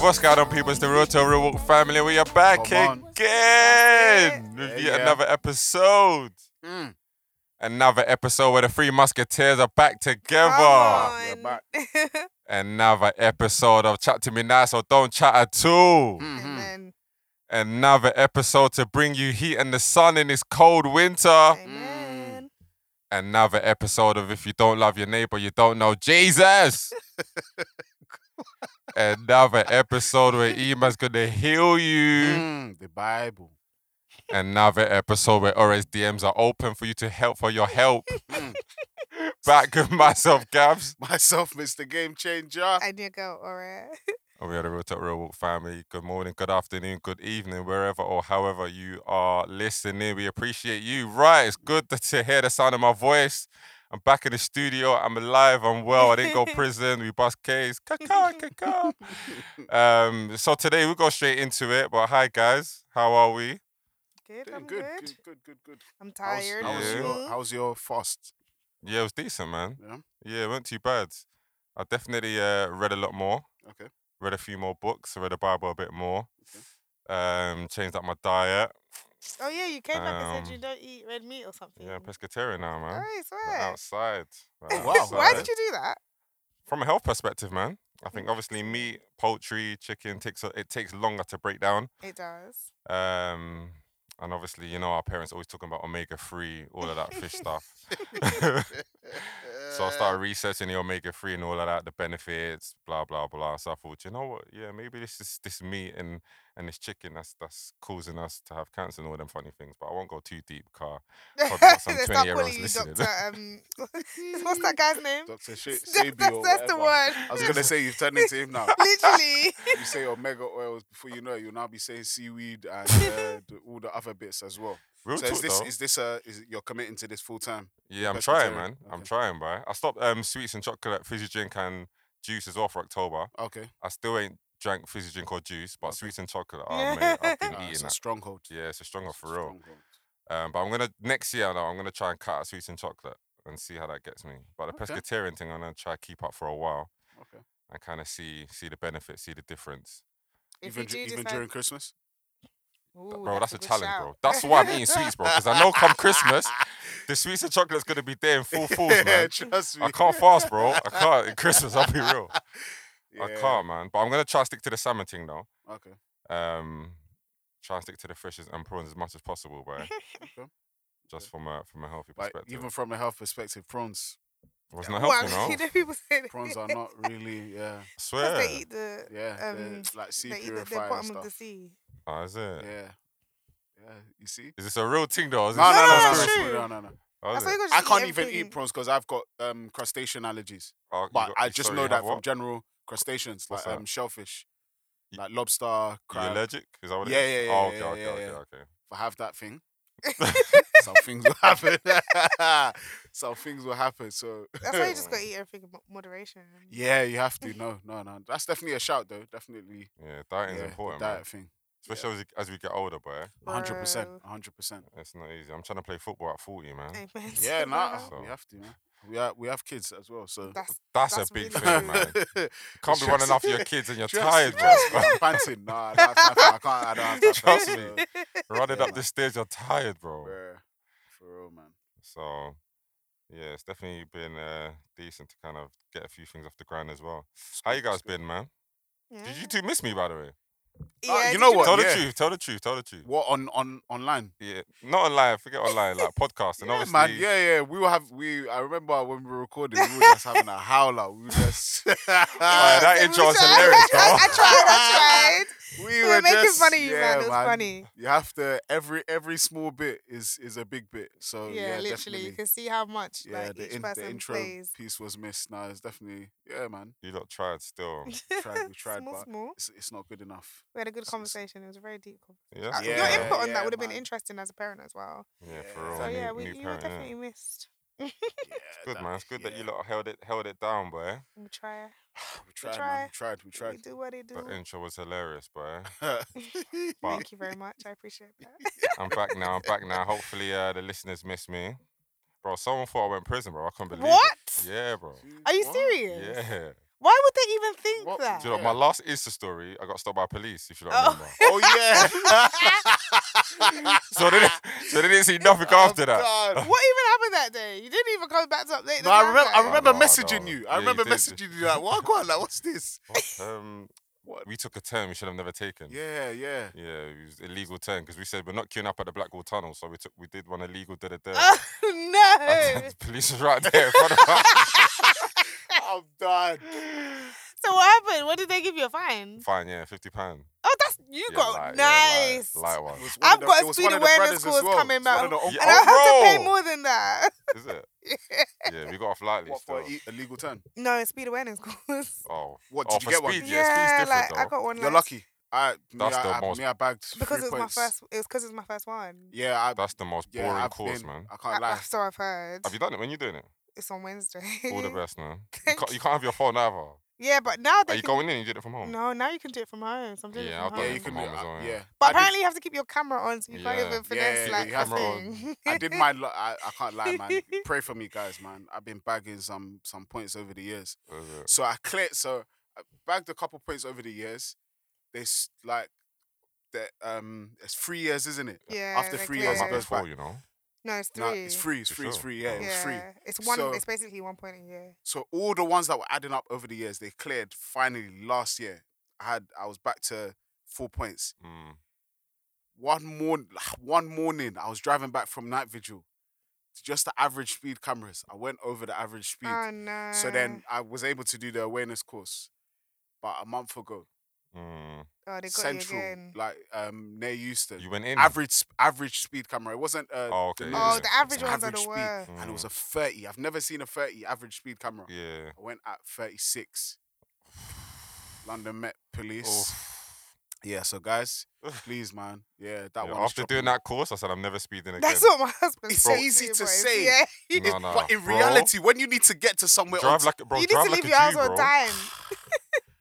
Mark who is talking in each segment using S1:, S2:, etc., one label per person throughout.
S1: What's going on, people? It's the Real to Real Walk family. We are back
S2: Come on.
S1: again with yet
S2: Yeah.
S1: another episode.
S2: Mm.
S1: Another episode where the three musketeers are back together.
S3: Come
S2: We're
S3: on.
S2: back.
S1: Another episode of Chat to Me Nice or Don't Chat at All.
S2: Mhm.
S3: Amen.
S1: Another episode to bring you heat and the sun in this cold winter.
S3: Amen.
S1: Another episode of If You Don't Love Your Neighbor, You Don't Know Jesus. Another episode where Ema's gonna heal you.
S2: Mm, The Bible.
S1: another episode where Ores DMs are open for you to help for your help.
S2: Mm.
S1: Back with myself, Gabs.
S2: Myself, Mr. Game Changer.
S3: I did go, all right.
S1: Oh, we are the Real Talk Real Walk family. Good morning, good afternoon, good evening, wherever or however you are listening. We appreciate you. Right, it's good to- to hear the sound of my voice. I'm back in the studio. I'm alive. I'm well. I didn't go prison. We bust K's. Caca, caca. Um, so today we go straight into it. But hi guys, how are we?
S3: Good,
S2: Doing
S3: I'm
S2: good,
S3: good.
S2: good, good, good, good.
S3: I'm
S2: How's,
S3: tired.
S1: how
S2: how's,
S1: Yeah.
S2: your, how's your fast?
S1: Yeah, it was decent, man.
S2: Yeah?
S1: Yeah, it weren't too bad. I definitely uh, read a lot more.
S2: Okay.
S1: Read a few more books. Read the Bible a bit more.
S2: Okay.
S1: Um, changed up my diet.
S3: oh, yeah, you came back and
S1: Um,
S3: said you don't eat red meat or something.
S1: Yeah, I'm pescatarian now,
S3: All
S1: man.
S3: right,
S1: Like,
S3: swear.
S1: outside. like,
S2: Oh, wow.
S3: Why
S1: outside.
S3: did you do that?
S1: From a health perspective, man. I think obviously meat, poultry, chicken takes a, it takes longer to break down.
S3: It does.
S1: Um, and obviously, you know, our parents always talking about omega three, all of that fish stuff. So I
S2: Uh.
S1: started researching the omega three and all of that, the benefits, blah blah blah. So I thought, you know what? Yeah, maybe this is this meat and and this chicken that's that's causing us to have cancer and all them funny things. But I won't go too deep, car. Probably got some
S3: They
S1: 20-year-olds listening.
S3: Doctor. Um, what's that guy's name?
S2: Dr. Sh-
S3: That's- that's, that's the one.
S2: I was going to say, you've turned into him now.
S3: Literally.
S2: You say omega oils, before you know it, you'll now be saying seaweed and uh, the, all the other bits as well.
S1: Real
S2: so is
S1: talk,
S2: this,
S1: though.
S2: is this, uh, is you're committing to this full time?
S1: yeah, I'm trying, man.
S2: pescatarian?
S1: I'm
S2: Okay.
S1: trying, bro. I stopped um sweets and chocolate, fizzy drink, and juice as well for October.
S2: Okay.
S1: I still ain't drank fizzy drink or juice, but sweets and chocolate,
S3: Yeah.
S1: oh, mate, I've been
S2: Ah,
S1: eating
S2: it's a
S1: that.
S2: stronghold.
S1: Yeah, it's a stronger
S2: It's a
S1: for real.
S2: stronghold.
S1: Um, but I'm gonna next year now. I'm gonna try and cut out sweets and chocolate and see how that gets me. But the
S2: Okay.
S1: pescatarian thing, I'm gonna try keep up for a while
S2: Okay.
S1: and kind of see see the benefits, see the difference.
S3: If
S2: even
S3: you
S2: ju-
S3: do
S2: even
S3: decide-
S2: during Christmas?
S3: Ooh,
S1: Th- bro, that's, a,
S3: good
S1: challenge,
S3: shout.
S1: bro. That's why I'm eating sweets, bro, because I know come Christmas the sweets and chocolate's gonna be there in full force, man.
S2: Trust me.
S1: I can't fast, bro. I can't. at Christmas, I'll be real. I
S2: Yeah,
S1: can't, man. But I'm gonna try and stick to the salmon thing though.
S2: Okay.
S1: Um, try and stick to the fishes and prawns as much as possible, bro.
S2: okay.
S1: Just from a from a healthy
S2: But
S1: perspective.
S2: even from a health perspective, prawns
S1: Well, it's not
S3: Well,
S1: healthy, no.
S3: you know, people say that
S2: prawns are not really yeah
S1: I swear.
S3: because they eat the
S2: yeah they're
S3: Um,
S2: like sea
S3: they eat the, the
S2: purifier and
S3: bottom of
S2: stuff.
S3: the sea.
S1: Oh, is it?
S2: yeah. Yeah. You see?
S1: Is this a real thing though? Is
S2: No, no,
S1: this
S3: no,
S2: no,
S1: just
S2: no,
S3: no,
S1: a
S3: it's
S1: story?
S3: true.
S2: no, no, no.
S1: Oh,
S3: That's
S1: is
S3: why
S1: it?
S3: you gotta
S2: I
S3: just
S2: can't even eat
S3: everything.
S2: prawns because I've got um crustacean allergies.
S1: Oh, you
S2: But
S1: got-
S2: I
S1: you-
S2: just
S1: sorry,
S2: know
S1: you
S2: that
S1: have
S2: from
S1: what?
S2: general crustaceans
S1: What's
S2: like
S1: that?
S2: um shellfish,
S1: Y-
S2: like lobster,
S1: You
S2: crab.
S1: allergic? Is that what it
S2: Yeah,
S1: is?
S2: yeah,
S1: oh,
S2: yeah,
S1: okay, okay,
S2: yeah, yeah, yeah.
S1: okay, okay.
S2: If I have that thing, some things will happen. some things will happen. So
S3: That's why you just gotta eat everything in mo- moderation.
S2: Yeah, you have to. No, no, no. That's definitely a shout, though. Definitely.
S1: Yeah,
S2: Yeah,
S1: dieting's
S2: the
S1: important, man.
S2: diet thing.
S1: Especially as, as we get older, boy.
S2: A Hundred percent.
S3: Bro.
S2: a Hundred percent.
S1: It's not easy. I'm trying to play football at 40, man.
S3: Amen. to
S2: Yeah, nah.
S3: that.
S1: So-
S2: We have to. Man. We have we have kids as well, so.
S3: That's
S1: That's,
S3: that's
S1: a big
S3: really
S1: thing,
S3: true.
S1: man. You can't be
S2: Trust-
S1: running after your kids and you're
S2: Trust-
S1: tired,
S2: trust
S1: bro.
S2: me, I'm panting. Nah, I don't have time for- I can't. I don't have time for
S1: Trust
S2: that,
S1: me.
S2: so,
S1: running
S2: Yeah,
S1: up the
S2: man.
S1: stairs, you're tired, bro.
S2: bruh, For real, man.
S1: So, yeah, it's definitely been uh, decent to kind of get a few things off the ground as well. How you guys been, man?
S3: yeah.
S1: Did you two miss me, by the way?
S2: Ah,
S3: Mm. Yeah,
S2: you
S3: did
S2: know what?
S1: Tell
S2: yeah.
S1: the truth. Tell the truth. Tell the truth.
S2: What on on online?
S1: Yeah, not online. Forget online, like podcast. And
S2: Yeah,
S1: obviously,
S2: man. Yeah, yeah. We will have. We. I remember when we were recording, we were just having a howler. We were just.
S3: Oh,
S2: we
S1: Alright, that
S3: so we
S1: intro was
S3: tried.
S1: hilarious, though.
S3: I, I tried. I tried. We were, making
S2: just-
S3: fun of you,
S2: yeah,
S3: man. It was funny.
S2: you have to every every small bit is is a big bit. So Oh, yeah,
S3: yeah, literally. You
S2: definitely.
S3: can see how much
S2: Yeah,
S3: like each
S2: the, in,
S3: person
S2: the intro
S3: plays.
S2: piece was missed. Now it's definitely yeah, man.
S1: you lot tried still.
S2: tried- we tried,
S3: small,
S2: but-
S3: small.
S2: It's, it's not good enough.
S3: We had a good
S2: it's-
S3: conversation. It was a very deep. Conversation.
S1: Yeah,
S3: Uh,
S1: that's
S2: Yeah,
S3: Your
S1: okay.
S3: input on that
S2: yeah,
S3: would have been
S2: man.
S3: interesting as a parent as well.
S1: Yeah,
S2: Yeah.
S1: for real.
S2: Oh,
S3: So
S1: new,
S3: yeah, we,
S1: new
S3: you were
S1: parent, yeah.
S3: definitely missed.
S2: Yeah,
S1: It's good,
S2: that-
S1: man. It's good that you
S2: yeah.
S1: lot held it held it down, boy.
S3: We try.
S2: We tried, man. We tried. We
S3: We
S2: tried.
S3: do what it do.
S1: That intro was hilarious, boy. But-
S3: Thank you very much. I appreciate that.
S1: I'm back now. I'm back now. Hopefully, uh, the listeners miss me, bro. Someone thought I went prison, bro. I can't believe
S3: What?
S1: it. Yeah, bro.
S3: Are you
S2: What?
S3: serious?
S1: Yeah.
S3: Why would they even think
S2: What-
S3: that?
S1: Do you know, what, my last Insta story, I got stopped by police, if you don't
S3: Oh.
S1: remember.
S2: Oh yeah.
S1: So they, didn't- so they didn't see
S3: Oh,
S1: nothing
S2: Oh
S1: after that.
S2: I'm done.
S3: What even happened that day? You didn't even come back to update.
S2: No,
S3: the
S2: I
S3: man
S2: remember. I
S3: though.
S2: remember
S1: Oh, no,
S2: messaging
S1: no.
S2: you.
S1: Yeah,
S2: I
S1: you
S2: remember
S1: did.
S2: messaging you like, "What? Go on, like, what's this?"
S1: What? Um,
S2: What?
S1: we took a turn we should have never taken.
S2: Yeah, yeah.
S1: Yeah, it was illegal turn because we said we're not queuing up at the Blackwall Tunnel, so we took we did one illegal da da da.
S3: Oh no!
S1: And the police was right there in front of us.
S2: I'm done.
S3: so what happened? What did they give you a fine?
S1: Fine, yeah, fifty pound.
S3: Oh, that's you
S1: yeah,
S3: got
S1: light, yeah, light-
S3: nice.
S1: light one.
S2: It was one
S3: I've
S2: of the-
S3: got a
S2: it was
S3: speed
S2: one of the
S3: awareness
S2: brothers as
S3: course
S2: well.
S3: coming
S2: It's one of
S3: out.
S2: the-
S1: Yeah,
S3: and I have
S1: oh,
S3: to pay
S1: bro.
S3: more than that.
S1: Is it? Yeah, we got off lightly
S2: What for
S1: still.
S2: a e- illegal turn?
S3: no, it's speed awareness course.
S1: Oh,
S2: What
S1: Oh,
S2: did
S1: for
S2: you get one?
S1: speed, yeah, speed's different,
S3: like I
S1: though.
S3: got one.
S2: You're
S3: last-
S2: lucky. I me,
S1: That's
S2: I,
S1: the
S2: I,
S1: most-
S2: me, I bagged
S3: because it
S2: three
S3: was my
S2: points.
S3: first. It was because it was my first one.
S2: Yeah, I,
S1: that's the most
S2: yeah,
S1: boring
S2: I've
S1: course,
S2: been-
S1: man.
S2: I
S3: I-
S2: can't lie.
S3: so I've heard.
S1: Have you done it? When you doing it?
S3: It's on Wednesday.
S1: All the best, man. You
S3: Thank
S1: can't, you can't have your phone either. Are
S3: yeah, but now they
S1: you
S3: can,
S1: going in? You did it from home.
S3: No, now you can do it from home. So I'm doing
S1: Yeah,
S3: it
S1: I've done
S3: from
S2: yeah,
S1: it
S3: home.
S2: you
S1: from
S2: can.
S1: home as well,
S2: uh,
S1: yeah.
S2: Yeah,
S3: But
S2: I did-
S3: apparently you have to keep your camera on so you
S1: Yeah.
S3: can't even
S1: Yeah,
S3: finesse
S2: you
S3: like
S2: have
S3: a
S1: to-
S3: thing.
S2: I did my. lo- I, I can't lie, man. Pray for me, guys, man. I've been bagging some some points over the years.
S1: Is it?
S2: So I cleared. So I bagged a couple points over the years. There's like that. Um, it's three years, isn't it?
S3: yeah,
S2: After
S3: they
S2: three
S1: Sounds
S2: years,
S1: like
S2: it
S3: clear.
S1: it's
S2: goes
S1: four,
S2: back.
S1: you know.
S3: No, it's three.
S2: No, it's free. It's
S1: For
S2: free. It's
S1: sure.
S2: free. Yeah, it's free.
S3: Yeah, it's one.
S2: So-
S3: it's basically one point a year.
S2: So all the ones that were adding up over the years, they cleared finally last year. I had I was back to four points.
S1: Mm.
S2: One morning, one morning, I was driving back from night vigil. Just the average speed cameras. I went over the average speed.
S3: Oh no.
S2: so then I was able to do the awareness course, but a month ago,
S1: Mm.
S3: oh, they got
S2: central,
S3: you again.
S2: like um near Euston.
S1: You went in.
S2: average sp- average speed camera. It wasn't. Uh,
S1: Oh, okay.
S2: the
S3: oh,
S2: newest,
S1: yeah. Mm.
S3: the average
S2: it's
S3: ones are
S2: average
S3: the
S2: speed. Oh
S3: worst.
S2: and it was a thirty. I've never seen a thirty average speed camera.
S1: Yeah.
S2: I went at thirty six. London Met Police. Yeah, so guys, please, man. Yeah, that
S1: Yeah,
S2: one.
S1: after doing that course, I said I'm never speeding again.
S3: That's what my husband
S2: It's
S3: said.
S2: easy
S3: me,
S2: to
S3: but it's-
S2: say.
S3: Yeah,
S1: No, no,
S2: but in
S1: bro.
S2: reality, when you need to get to somewhere, on
S1: drive
S2: t-
S1: like bro,
S3: you need
S1: drive
S3: to
S1: like
S3: leave
S1: a
S3: your house
S1: Jew,
S3: on
S1: bro.
S3: time.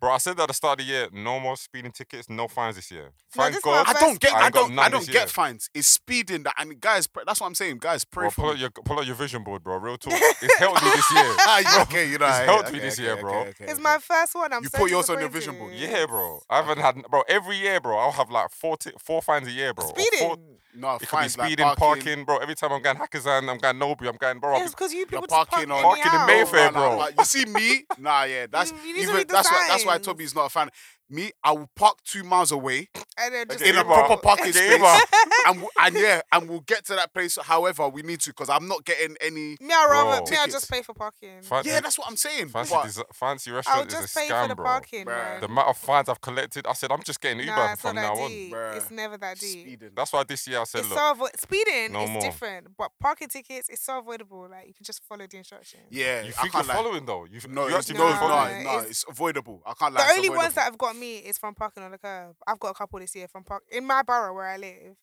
S1: Bro, I said at the start of the year, no more speeding tickets, no fines this year. Thank
S3: this
S1: God.
S2: I
S3: First
S2: don't get,
S1: I
S2: I
S1: ain't got
S2: don't,
S1: none
S2: I don't
S1: this year.
S2: get fines. It's speeding that, and guys, pr- that's what I'm saying. Guys, pray
S1: Bro,
S2: for
S1: pull out
S2: me.
S1: your pull out your vision board, bro. Real talk. It's helped me this year.
S2: Ah, you- okay, you know,
S1: It's
S2: yeah,
S1: helped me
S2: okay,
S1: this
S2: okay,
S1: year,
S2: okay,
S1: bro.
S2: okay,
S3: It's
S2: okay.
S3: my first one. I'm
S2: You
S3: so
S2: put yours on your vision board.
S3: disappointed.
S1: Yeah, bro. I haven't had bro every year, bro. I'll have like four ti- four fines a year, bro. or four-
S3: Speeding.
S2: no
S1: it could be
S2: fines, like
S1: speeding, parking. bro. Every time I'm going Hackersand, I'm going Nobi, I'm going bro. I'll
S3: It's because you people
S2: You're
S3: just park
S2: parking on-
S1: Parking in
S3: anyhow.
S1: Mayfair. Fair,
S2: Nah, nah,
S1: bro.
S2: nah, you see me? Nah, yeah, that's
S3: You- you need to
S2: even
S3: read the
S2: that's why that's why
S3: signs.
S2: Toby's not a fan. Me, I will park two miles away
S3: And then just
S1: Okay,
S2: in a
S1: Gamer.
S2: proper parking
S1: Gamer.
S2: space, and we, and yeah, and we'll get to that place. However, we need to because I'm not getting any.
S3: Me, I rather
S1: Bro.
S3: me, I
S2: Tickets.
S3: just pay for parking.
S1: be- fan-
S2: Yeah, that's what I'm saying.
S1: fancy,
S2: but-
S1: desi- fancy
S3: I'll
S1: restaurant is a
S3: just pay
S1: scam,
S3: for the
S1: bro.
S3: parking.
S2: Bruh.
S3: man.
S1: The amount of fines I've collected, I said I'm just getting Uber
S3: Nah, it's
S1: from
S3: not
S1: now
S3: that
S1: on.
S3: deep.
S2: Bruh.
S3: It's never that deep.
S2: speeding.
S1: That's why this year I said,
S3: It's
S1: look,
S3: so avo- speeding
S1: no
S3: is
S1: more.
S3: different, but parking tickets it's so avoidable. Like you can just follow the instructions.
S2: Yeah,
S1: you
S2: I
S1: think you're
S2: can't lie.
S1: following though. You
S2: No,
S1: you
S2: it's,
S1: actually
S2: no,
S1: been
S2: no,
S1: following.
S2: no,
S3: It's-
S2: it's, avoidable. I can't
S3: the
S2: lie.
S3: only ones that have got me is from parking on the curb. I've got a couple this year from park in my borough where I live.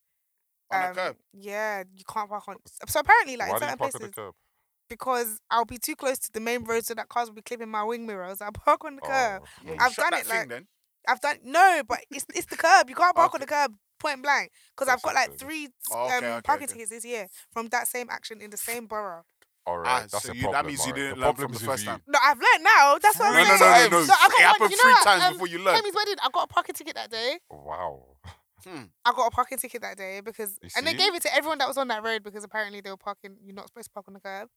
S3: um,
S2: On the curb?
S3: Yeah, you can't park on. So apparently, like
S1: Why
S3: in
S1: do you
S3: certain
S1: park at the
S3: places,
S1: curb?
S3: because I'll be too close to the main road, so that cars will be clipping my wing mirrors. I park on the curb.
S1: Oh,
S2: Yeah,
S1: mm.
S2: you
S3: I've
S2: shut
S3: done
S2: that
S3: it,
S2: thing
S3: like-
S2: then.
S3: I've done no, but it's it's the curb. You can't park on
S1: Okay.
S3: the curb point blank because I've got like
S1: Interesting.
S3: three
S2: Oh, okay,
S3: um,
S2: okay,
S3: parking
S2: okay.
S3: tickets this year from that same action in the same borough.
S1: All
S2: Ah,
S1: right, that's
S2: so
S1: a
S2: you- that
S1: problem.
S2: means you
S1: all right.
S2: didn't
S1: The
S2: learn from
S1: problem
S2: the
S1: is
S2: first
S1: with
S2: time.
S1: you.
S3: No, I've learned now. That's what
S1: No,
S3: I'm
S1: no,
S3: saying.
S1: no, no,
S2: no.
S3: So I got
S2: It
S3: one-
S2: happened
S3: you
S2: three
S3: know what,
S2: times
S3: um,
S2: before you learn.
S3: Emmy's wedding. I got a parking ticket that day.
S1: Wow.
S3: I got a parking ticket that day because,
S1: You
S3: and they
S1: see?
S3: gave it to everyone that was on that road because apparently they were parking. You're not supposed to park on the curb.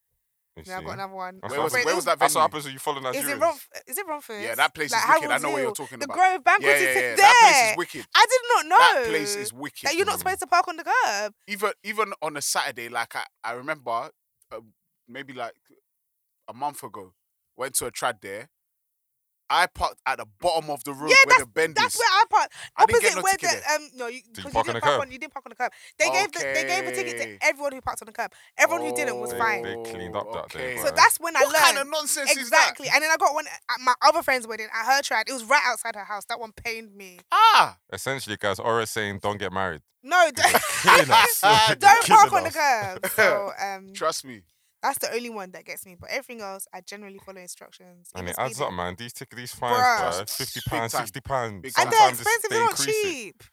S1: You
S3: And then I
S1: see?
S3: got another one.
S1: That's
S2: Where
S1: what
S2: was,
S1: I'm
S2: where
S1: saying.
S2: was that
S1: That's what
S2: venue?
S1: happens when you follow
S3: Is it
S1: Nigerians.
S3: Ronf- Is it Romford?
S2: Yeah, that place
S3: like,
S2: is wicked. I
S3: Howells
S2: know what
S3: Hill.
S2: you're talking
S3: The
S2: about.
S3: Grove Banquet
S2: yeah, yeah,
S3: is
S2: yeah.
S3: there.
S2: That place is wicked.
S3: I did not know
S2: That place is wicked.
S3: that you're not
S1: Mm.
S3: supposed to park on the curb.
S2: even even on a Saturday, like I, I remember, uh, maybe like a month ago, went to a trad there. I parked at the bottom of the road
S3: Yeah,
S2: where the bend
S3: That's
S2: is.
S3: where I parked.
S2: I didn't get
S3: Opposite
S2: no
S3: where
S2: ticket
S3: the um no you,
S1: you
S3: 'cause
S1: park on
S3: you
S1: the
S3: didn't park
S1: curb?
S3: on you didn't park on the curb. They gave the, they gave a ticket
S2: Okay.
S3: to everyone who parked on the curb. Everyone who didn't was
S1: They-
S3: fine.
S1: they cleaned up that day,
S2: Okay.
S3: so
S1: bro.
S3: that's when I
S2: what
S3: learned
S2: kind of nonsense is that?
S3: exactly. And then I got one at my other friend's wedding at her tried. It was right outside her house. That one pained me.
S2: Ah,
S1: Essentially, guys, Aura's saying don't get married.
S3: No, don't,
S1: Killing us.
S2: Don't
S3: don't
S1: Killing
S3: park on the
S1: us.
S3: curb. So um,
S2: trust me.
S3: that's the only one that gets me. But everything else, I generally follow instructions.
S1: And
S3: even
S1: it adds
S3: speeding.
S1: up, man. These tickets, these fines,
S3: Bruh.
S1: bruh, fifty
S2: Big
S1: pounds,
S2: time.
S1: sixty pounds.
S2: Big time.
S3: And they're
S1: Sometimes
S3: expensive,
S1: they
S3: they're not
S1: increase it.
S3: cheap.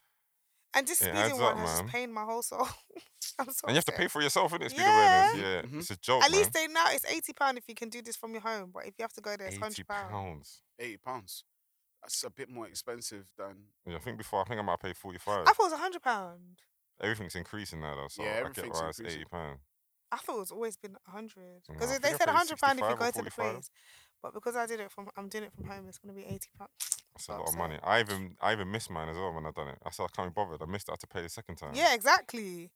S3: And this
S1: It
S3: speeding
S1: adds
S3: one
S1: up,
S3: has just
S1: man.
S3: pained my whole soul. I'm so
S1: And you have to
S3: upset.
S1: pay for yourself, innit? Speed
S3: Yeah. Mm-hmm.
S1: awareness. Yeah.
S2: Mhm.
S1: It's a joke.
S3: At
S1: Oh, man.
S3: least they now it's eighty pound if you can do this from your home, but if you have to go there, it's
S1: eighty
S3: hundred pound.
S1: pounds.
S2: Eighty pounds. That's a bit more expensive than
S1: Yeah, I think before I think I might pay forty five.
S3: I thought it was hundred pound.
S1: Everything's increasing now though, so
S2: Yeah,
S1: I get
S2: everything's
S1: why it's
S2: increasing.
S1: eighty pounds.
S3: I thought it's always been hundred
S1: No,
S3: because
S1: I
S3: they
S1: think I
S3: said
S1: paid
S3: hundred pound if you
S1: 65 or
S3: go to the
S1: 45.
S3: place, but because I did it from I'm doing it from home, it's gonna be eighty pound.
S1: That's a
S3: Fuck's
S1: lot of
S3: sake.
S1: money. I even I even missed mine as well when I done it. I said I can't be bothered. I missed it. I had to pay the second time.
S3: Yeah, exactly.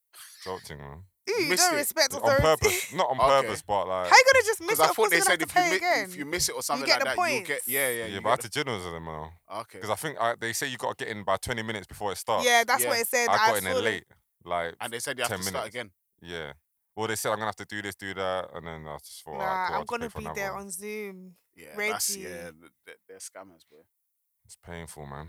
S1: Jolting, man.
S3: Ew, you
S2: missed
S3: don't
S2: it.
S3: respect
S1: on
S3: authority.
S1: purpose. Not on
S2: Okay.
S1: purpose, but like
S3: How you gonna just miss
S2: because
S3: it?
S2: I
S3: Of
S2: thought
S3: course
S2: they
S3: you're
S2: said
S3: gonna have to
S2: if you,
S3: pay
S2: mi-
S3: again.
S2: if you miss it or something
S3: get
S2: like
S3: the
S2: that, you'll get
S3: points.
S2: yeah, yeah.
S1: yeah,
S2: you
S1: but I had
S2: get
S1: to journals them now.
S2: the- okay.
S1: Because I think I, they say you got to get in by 20 minutes before it starts.
S3: yeah, that's what
S2: Yeah.
S3: it said.
S1: I got
S3: I
S1: in there
S3: saw it.
S1: late. Like,
S2: And they said you have to
S1: 10
S2: start
S1: minutes.
S2: again.
S1: yeah. Well, they said I'm going to have to do this, do that. And then I just thought, "Alright,
S3: Nah,
S1: cool, I'll
S3: I'm
S1: just pay
S3: gonna
S1: for
S3: be
S1: another
S3: there
S1: one."
S3: on Zoom.
S2: Yeah, that's yeah.
S3: Reggie.
S2: th- th- They're scammers, bro.
S1: It's painful, man.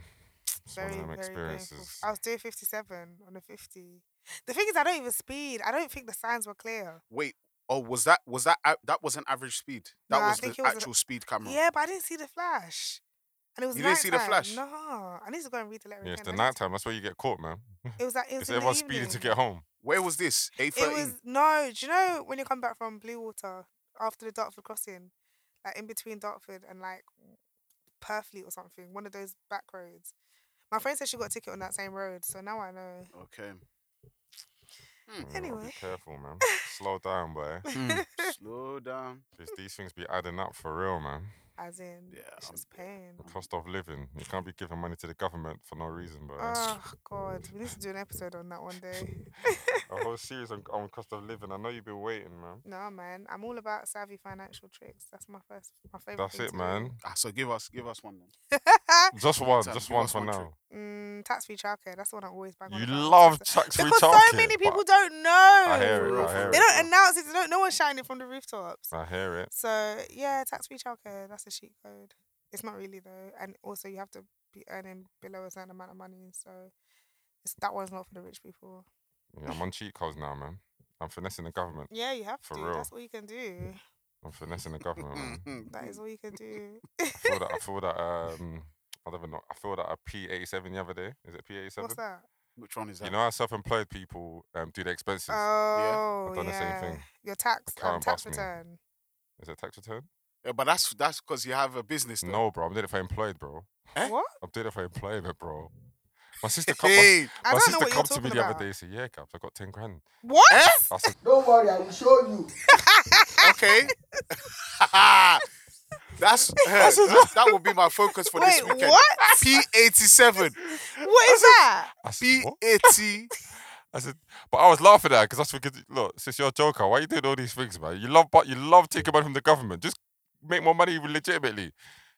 S1: It's one
S3: Very,
S1: of them
S3: very painful.
S1: experiences.
S3: I was doing 57 on a 50. The thing is, I don't even speed. I don't think the signs were clear.
S2: Wait, oh, was that was that a- that wasn't average speed? That
S3: No, I
S2: was the
S3: think it was a-
S2: actual speed camera.
S3: Yeah, but I didn't see the flash. And it was
S2: You didn't see the
S3: nighttime.
S2: flash?
S3: No, I need to go and read the letter.
S1: Yeah, it's
S3: again.
S1: the
S3: I need
S1: night
S3: to-
S1: time. That's where you get caught, man.
S3: It was like it was
S1: It's
S3: in the
S1: everyone speeding to
S3: evening. Mm,
S1: get home.
S2: Where was this? A
S3: It
S2: thirteen.
S3: was no. Do you know when you come back from Blue Water after the Dartford crossing, like in between Dartford and like Purfleet or something, one of those back roads. My friend said she got a ticket on that same road, so now I know.
S2: Okay.
S1: You know,
S3: Anyway.
S1: be careful, man. Slow down, boy.
S2: Hmm, Slow down.
S1: Because these things be adding up for real, man.
S3: As in,
S2: Yeah,
S3: it's
S2: I'm
S3: just pain.
S1: The cost of living. You can't be giving money to the government for no reason, but
S3: Oh God, we need to do an episode on that one day.
S1: a whole series on, on cost of living. I know you've been waiting, man.
S3: no man, I'm all about savvy financial tricks. That's my first, my favorite.
S1: That's
S3: thing
S1: it,
S3: to do.
S1: man.
S2: Ah, so give us give us one then.
S1: Just one,
S2: Time,
S1: just
S2: give
S1: one
S2: us
S1: for
S2: one
S1: now.
S2: trick.
S3: Mm, tax-free childcare. That's the one I always bang on.
S1: You
S3: about.
S1: love Chuck's free
S3: because so
S1: childcare,
S3: many
S1: but
S3: people don't know.
S1: I hear it.
S2: Real
S1: I hear
S3: They
S1: it.
S3: don't announce it. They don't, no one's shouting it from the rooftops.
S1: I hear it.
S3: So yeah, tax-free childcare. That's a cheat code. It's not really though, and also you have to be earning below a certain amount of money. So it's, that one's not for the rich people.
S1: Yeah, I'm on cheat codes now, man. I'm finessing the government.
S3: Yeah, you have
S1: For
S3: to.
S1: real.
S3: That's all you can do.
S1: I'm finessing the government, man.
S3: That is all you can do.
S1: I feel that. I feel that. Um, I don't even know. I feel that a P87 the other day. Is it
S3: What's
S1: P87?
S3: that?
S2: Which one is that?
S1: You know how self-employed people um, do the expenses.
S3: Oh,
S1: done the same
S3: yeah.
S1: thing.
S3: Your tax,
S1: Can't
S3: um, tax
S1: bust me.
S3: return.
S1: Is it tax return?
S2: yeah, but that's that's because you have a business. Though.
S1: No, bro. I'm doing it for employed, bro.
S2: Eh?
S3: What?
S1: I'm doing it for employment, bro. My sister come. My,
S2: Hey,
S1: my
S3: I don't know
S1: sister
S3: what you're
S1: come to me
S3: talking
S1: the
S3: about.
S1: other day. Eh? and Say, yeah, Gabs, I got ten grand.
S3: What?
S1: I said,
S4: Don't worry, I will show you.
S2: okay. that's that, that will be my focus for
S3: Wait,
S2: this weekend.
S3: what?
S2: P eighty seven.
S3: What is that?
S1: I said,
S2: P
S1: what?
S2: eighty.
S1: I said, but I was laughing at her because I was thinking, look, since you're a joker, why are you doing all these things, man? You love, but you love taking money from the government. Just make more money legitimately.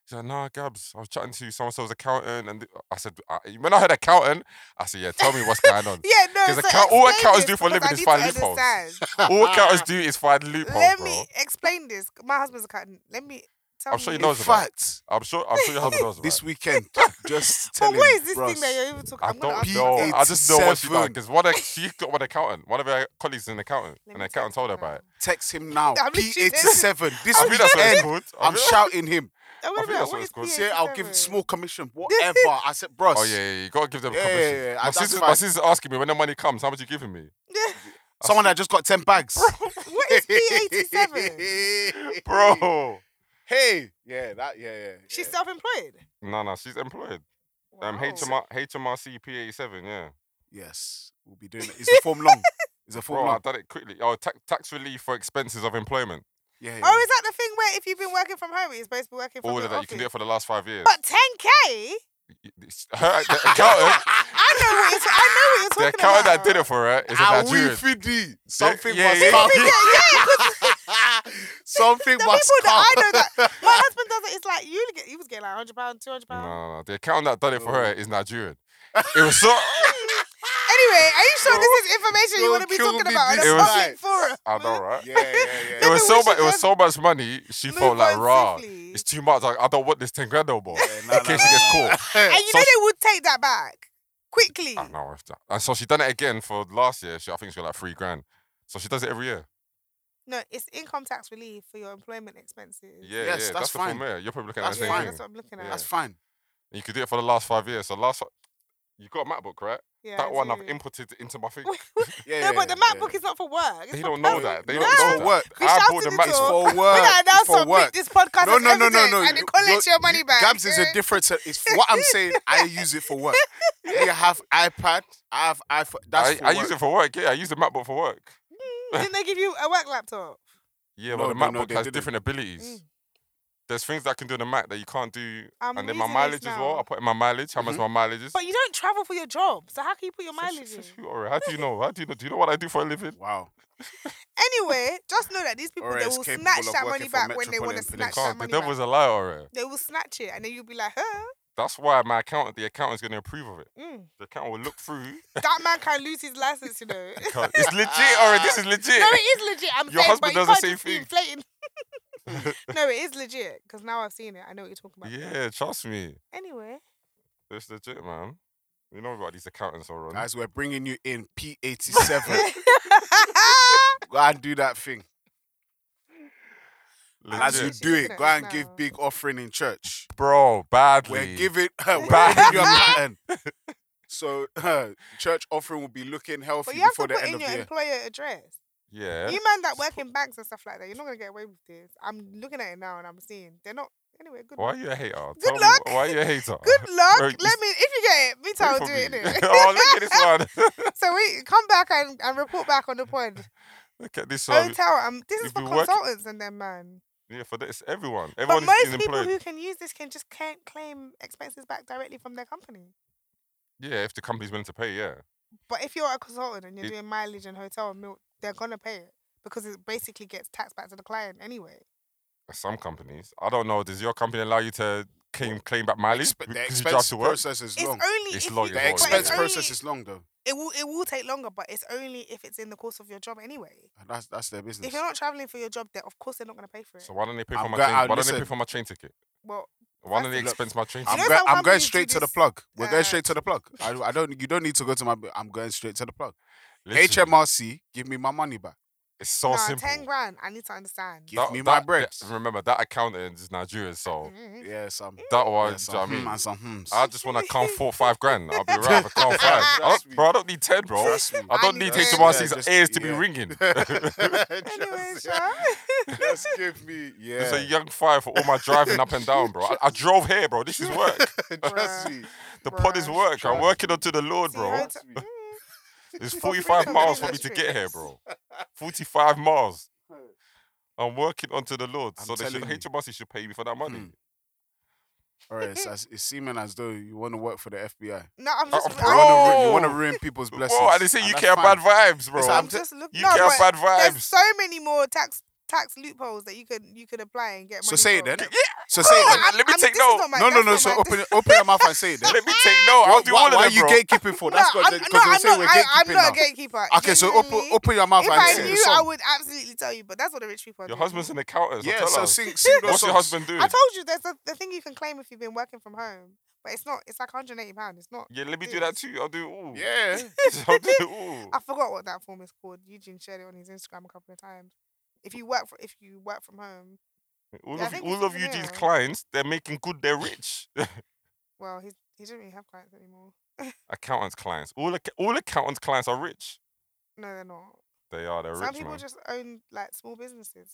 S1: She's like, nah, Gabs. I was chatting to someone, so's accountant, and th- I said, I, when I heard accountant, I said, yeah, tell me what's going on.
S3: Yeah, no.
S1: 'Cause
S3: so
S1: account- all
S3: explain
S1: accountants
S3: this
S1: do for a
S3: because
S1: living
S3: I
S1: is
S3: need
S1: find
S3: to
S1: loopholes.
S3: understand.
S1: all accountants do is find loopholes,
S3: Let
S1: bro.
S3: me explain this. My husband's accountant. Let me tell
S1: I'm sure he
S3: me.
S2: In
S1: knows about it.
S2: fact,
S1: I'm sure. I'm sure your husband knows about
S2: this
S1: it.
S2: weekend, just
S3: But
S2: telling.
S3: what is this
S2: Russ,
S3: thing that you're even talking?
S1: I
S3: I'm gonna
S1: don't
S3: ask
S2: you
S1: know.
S2: again.
S1: I just know what she does
S2: 87.
S1: because one, of- she's got one accountant. One of her colleagues is an accountant,
S3: Let
S1: and
S3: me
S1: the accountant
S3: text
S1: told her
S3: him
S1: about
S3: now.
S1: it.
S2: Text him now.
S3: I'm
S2: P
S3: literally
S2: eighty seven. This
S1: I think that's what it's
S2: weekend,
S1: called. I
S2: I'm
S1: think-
S2: shouting him.
S3: I'm
S1: I
S3: gonna be
S1: think
S3: like,
S1: that's
S3: what
S1: what
S3: is
S1: it's called.
S2: Say I'll give
S3: P87?
S2: small commission, whatever. I said, bros.
S1: Oh yeah, yeah, you gotta give them
S2: Yeah,
S1: commission.
S2: yeah, yeah,
S1: My
S2: that's
S1: sister's, my
S2: fine.
S1: sister's asking me when the money comes, how much you giving me,
S2: Someone that just got ten bags.
S3: What is P87?
S1: bro?
S2: Hey, yeah, that, yeah, yeah.
S3: She's
S2: yeah.
S3: self-employed.
S1: No, no, she's employed. Um,
S3: Wow.
S1: HMR, HMRC P87, yeah.
S2: Yes, we'll be doing it. Is the form long? Is the form
S1: Bro, I
S2: long?
S1: done it quickly. Oh, tax, tax relief for expenses of employment.
S2: Yeah, yeah.
S3: Oh, is that the thing where if you've been working from home, you're supposed to be working from
S1: All
S3: your
S1: of that, you
S3: office?
S1: can do it for the last five years.
S3: But 10k?
S1: It's- Her, the accountant,
S3: I know what you're, I know what
S1: the
S3: you're talking about.
S1: accountant that did it for her is a
S2: Are we
S1: Nigerian.
S2: fidi? Something
S1: yeah,
S2: was
S1: yeah.
S2: coming.
S3: Yeah, yeah, 'cause
S2: Something
S3: the
S2: was
S3: people that I
S2: coming.
S3: know that my husband does it. It's like you get, you was getting like hundred pound, two hundred
S1: No,
S3: pound.
S1: no, no, the accountant that done it for
S2: Oh.
S1: her is Nigerian. It was so.
S3: Anyway, are you sure this is information you
S2: Don't
S3: want to be
S2: kill me
S3: talking about on a
S1: this
S3: public
S2: night.
S3: forum?
S1: I know, right?
S2: Yeah, yeah,
S1: It
S2: yeah.
S1: was
S3: Maybe
S1: so
S3: we
S1: much. It
S3: should
S1: was
S3: just
S1: so much money. She
S3: Move
S1: felt like
S3: on
S1: raw.
S3: swiftly.
S1: It's too much. Like, I don't want this ten grand no more.
S2: Yeah, nah,
S1: in case
S2: nah,
S1: she gets
S2: nah,
S1: caught.
S3: And you know
S1: So-
S3: they would take that back quickly.
S1: I know. it's- And so she done it again for last year. She, I think she got like three grand. So she does it every year.
S3: No, it's income tax relief for your employment expenses.
S1: Yeah, yeah.
S2: Yes, that's
S1: That's, the
S2: fine.
S1: form. Yeah, you're probably looking at
S2: That's
S1: the
S3: Yeah,
S1: same
S2: fine.
S1: thing.
S3: that's what I'm looking
S1: Yeah.
S3: at.
S2: That's fine.
S1: You could do it for the last five years. So last, You got a MacBook, right?
S3: Yeah,
S1: that
S3: I
S1: one I've
S3: do.
S1: imported into my thing.
S2: Yeah,
S3: no,
S2: yeah,
S3: but the
S2: yeah,
S3: MacBook
S2: yeah.
S3: is not for work. It's
S1: They
S3: for
S1: don't know
S3: personal-
S1: that. They
S3: No.
S1: don't know
S2: for
S1: that.
S2: work.
S3: We
S1: I
S3: shouted
S1: bought the
S3: it
S1: Mac.
S3: to
S1: It's
S3: her.
S1: for
S2: For
S3: We're
S2: work.
S3: gonna announce
S2: It's for
S3: on
S2: work.
S3: this podcast
S2: No, no, no,
S3: as
S2: no,
S3: evidence
S2: no.
S3: and it
S2: you-
S3: collects
S2: you're-
S3: your money back.
S2: Gabs is a
S3: yeah?
S2: different. se- It's what I'm saying. I use it for work. You have iPad. I have iPhone. That's
S1: I,
S2: for
S1: I
S2: work.
S1: use it for work. Yeah, I use the MacBook for work.
S3: Didn't they give you a work laptop?
S1: Yeah,
S2: No,
S1: but the
S2: no, no,
S1: MacBook
S2: they
S1: has
S2: didn't.
S1: different abilities. There's things that I can do on the Mac that you can't do.
S3: I'm
S1: and then my
S3: reading this
S1: mileage as well.
S3: now.
S1: I put in my mileage. How much my mileage is.
S3: But you don't travel for your job, so how can you put your
S1: Says-
S3: mileage in?
S1: says who, alright, How do you know? How do you know? Do you know what I do for a living?
S2: Wow.
S3: Anyway, just know that these people
S2: Alright,
S3: they
S2: it's
S3: will
S2: capable
S3: snatch
S2: of
S3: that
S2: working
S3: money
S2: for
S3: back when they want
S1: They
S2: Metropolitan
S3: to snatch that
S1: can't. The
S3: money back.
S1: devil's a liar, alright.
S3: They will snatch it, and then you'll be like, huh?
S1: That's why my accountant, the accountant's going to approve of it.
S3: Mm.
S1: The accountant will look through.
S3: That man can lose his license, you know.
S1: Can't- it's legit, alright. This is legit.
S3: No, it is legit. I'm
S1: Your
S3: saying,
S1: husband
S3: but you
S1: does the
S3: can't
S1: same
S3: just be
S1: thing.
S3: inflating. no, it is legit because now I've seen it. I know what you're talking about.
S1: yeah, trust me.
S3: Anyway,
S1: It's legit, man. You know about these accountants, all right?
S2: Guys, we're bringing you in P87. Go and do that thing. As you
S1: Legit.
S3: Actually,
S2: do
S3: looking
S2: it,
S3: at
S2: go
S3: this
S2: and give
S3: now.
S2: big offering in church.
S1: Bro, badly.
S2: We're giving, we're
S1: Badly.
S2: giving you a pattern. So church offering will be looking healthy
S3: but you have
S2: before
S3: to
S2: the
S3: put
S2: end
S3: in
S2: of
S3: your
S2: the year.
S3: employer address.
S1: Yeah.
S3: You man that work in banks and stuff like that, you're not gonna get away with this. I'm looking at it now and I'm seeing they're not. Anyway, good.
S1: Why
S3: luck.
S1: are you a hater?
S3: Good
S1: Tell me
S3: luck.
S1: why are you a hater?
S3: Good luck.
S1: Bro,
S3: Let me if you get it, me too,
S1: Wait
S3: I'll
S1: for
S3: do it.
S1: me.
S3: innit?
S1: oh, look at this one.
S3: so we come back and, and report back on the pod.
S1: look at this one.
S3: Hotel. Um, this is
S1: you've
S3: for
S1: been working-
S3: consultants and them man.
S1: Yeah, for this, everyone.
S3: But
S1: Everyone is
S3: most people
S1: employed.
S3: who can use this can just can't claim expenses back directly from their company.
S1: Yeah, if the company's willing to pay, yeah.
S3: But if you're a consultant and you're
S1: It-
S3: doing mileage and hotel and milk, they're gonna pay it because it basically gets taxed back to the client anyway.
S1: Some companies. I don't know. Does your company allow you to claim, claim back mileage?
S2: Expe- the
S1: because you drive
S2: expense
S1: to work?
S2: process is
S3: It's
S2: long.
S3: only
S1: It's
S3: if
S1: long,
S3: you,
S1: it's
S3: but
S2: The
S1: long,
S3: it's
S2: expense
S1: yeah.
S3: only-
S2: process is long though.
S3: It will it will take longer, but it's only if it's in the course of your job anyway.
S2: And That's that's their business.
S3: If you're not traveling for your job, then of course they're not gonna pay for it.
S1: So why don't they pay
S2: I'm
S1: for my
S2: glad-
S1: train?
S2: I'll
S1: Why don't they
S2: listen.
S1: pay for my train ticket?
S3: well,
S1: Why don't they
S2: Look,
S1: expense my train
S2: I'm,
S1: ticket?
S3: know
S2: go-
S3: some
S2: I'm going
S3: companies do
S2: straight to the
S3: this,
S2: plug. We're
S3: uh,
S2: going straight to the plug. I, I don't. You don't need to go to my. I'm going straight to the plug.
S1: Literally,
S2: HMRC, give me my money back.
S1: It's so
S3: nah,
S1: simple.
S3: ten grand. I need to understand.
S2: Give me my breads.
S1: that- remember that accountant is Nigerian, so
S3: Mhm.
S2: Yeah, some.
S1: that one.
S2: yeah,
S1: do
S2: some
S1: you know what I
S2: hmm
S1: mean?
S2: and some hmms.
S1: I just want to count four, five grand. I'll be right. I count five. I don't-
S2: Trust me.
S1: bro, I don't need ten, bro.
S2: Trust me.
S1: I don't
S3: I
S1: need
S3: need
S1: HMRC's
S2: ten. Yeah, just-
S1: ears to be
S2: yeah.
S1: ringing.
S3: Anyway,
S2: Just-
S3: Sha.
S2: Just give me.
S1: It's a
S2: Yeah.
S1: young five for all my driving up and down, bro. I, I drove here, bro. This is work.
S2: Trust me.
S1: The pod is
S3: Bruh.
S1: work. I'm
S2: Trust
S1: working unto the Lord,
S3: See,
S1: bro.
S3: hotel-
S2: Trust
S3: Mm.
S1: It's
S3: For free
S1: 45
S3: for
S1: miles
S3: free
S1: for me to
S3: electric.
S1: get here, bro. 45 miles. I'm working unto the Lord.
S2: I'm
S1: so they should,
S2: telling you.
S1: HMRC should pay me for that money.
S2: Hmm. All right. So it's, it's seeming as though you want to work for the FBI.
S3: No, I'm
S1: Uh,
S3: just.
S2: You wanna ru-
S1: Bro.
S2: You want to ruin people's blessings.
S1: Bro, and they say
S2: and
S1: you
S2: that's
S1: care
S2: fine.
S1: bad vibes, bro.
S2: It's
S3: I'm
S2: I'm t-
S3: just looking.
S1: you
S3: No,
S1: care
S3: but
S1: bad
S3: there's
S1: vibes.
S3: so many more tax tax loopholes that you could you could apply and get money.
S2: So say it
S3: from.
S2: then. Oh, So say
S1: Let
S2: it
S1: me take
S3: I'm- this is
S1: note.
S3: not my-
S2: then. No, no,
S3: that's
S2: no.
S3: not
S2: So
S3: my-
S2: open open your mouth and say it then.
S1: Let me take no. I'll
S2: What-
S1: do
S2: why,
S1: all
S2: why
S1: of
S2: are you
S1: that,
S2: gatekeeping for? That's
S3: no,
S2: what
S3: I'm,
S2: they,
S3: no,
S2: they
S3: I'm
S2: say
S3: not.
S2: we're
S3: I, I'm
S2: gatekeeping
S3: not a
S2: now.
S3: gatekeeper.
S2: Okay, so
S3: genuinely.
S2: open open your mouth
S3: If
S2: and
S3: I
S2: sing the
S3: knew, I
S2: song.
S3: would absolutely tell you. But that's what the rich people. are
S1: bro. Your
S3: doing.
S1: husband's an accountant. So
S2: Yeah,
S1: tell
S2: so
S1: us.
S2: sing sing those
S1: What's your
S2: songs.
S1: husband doing?
S3: I told you there's the, the thing you can claim if you've been working from home, but it's not. It's like 180 pound. It's not.
S1: yeah, let me do
S3: this.
S1: that too. I'll do it all.
S2: Yeah.
S1: I'll do it all.
S3: I forgot what that form is called. Eugene shared it on his Instagram a couple of times. If you work for, if you work from home,
S1: All
S3: Yeah, I
S1: of,
S3: think
S1: all
S3: it's
S1: of
S3: even
S1: Eugene's
S3: there.
S1: clients, they're making good, they're rich.
S3: well, he he doesn't really have clients anymore.
S1: accountants' clients. All, acc- all accountants' clients are rich.
S3: No, they're not.
S1: They are, they're
S3: Some
S1: rich,
S3: people
S1: man.
S3: just own like small businesses.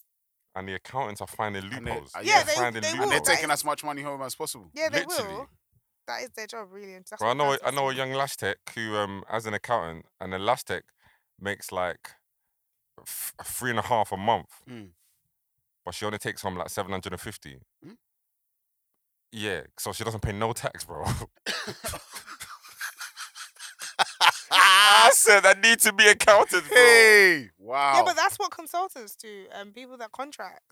S1: And the accountants are finding
S2: And they-
S1: loopholes.
S2: uh,
S3: Yeah,
S2: yeah,
S3: they-
S1: finding
S3: they will,
S2: And they're
S3: Right.
S2: taking as much money home as possible.
S3: Yeah, they
S1: Literally.
S3: will. That is their job, really. And that's
S1: Well, I
S3: what
S1: know
S3: Gabs
S1: I
S3: was
S1: know a
S3: saying.
S1: young lash tech who, um, as an accountant, and the lash tech makes like f- three and a half a month,
S2: Mm.
S1: but she only takes home like seven hundred and fifty.
S2: Mm.
S1: Yeah, so she doesn't pay no tax, bro. I said I need to be accounted, bro.
S2: hey, wow.
S3: Yeah, but that's what consultants do. Um, people that contract,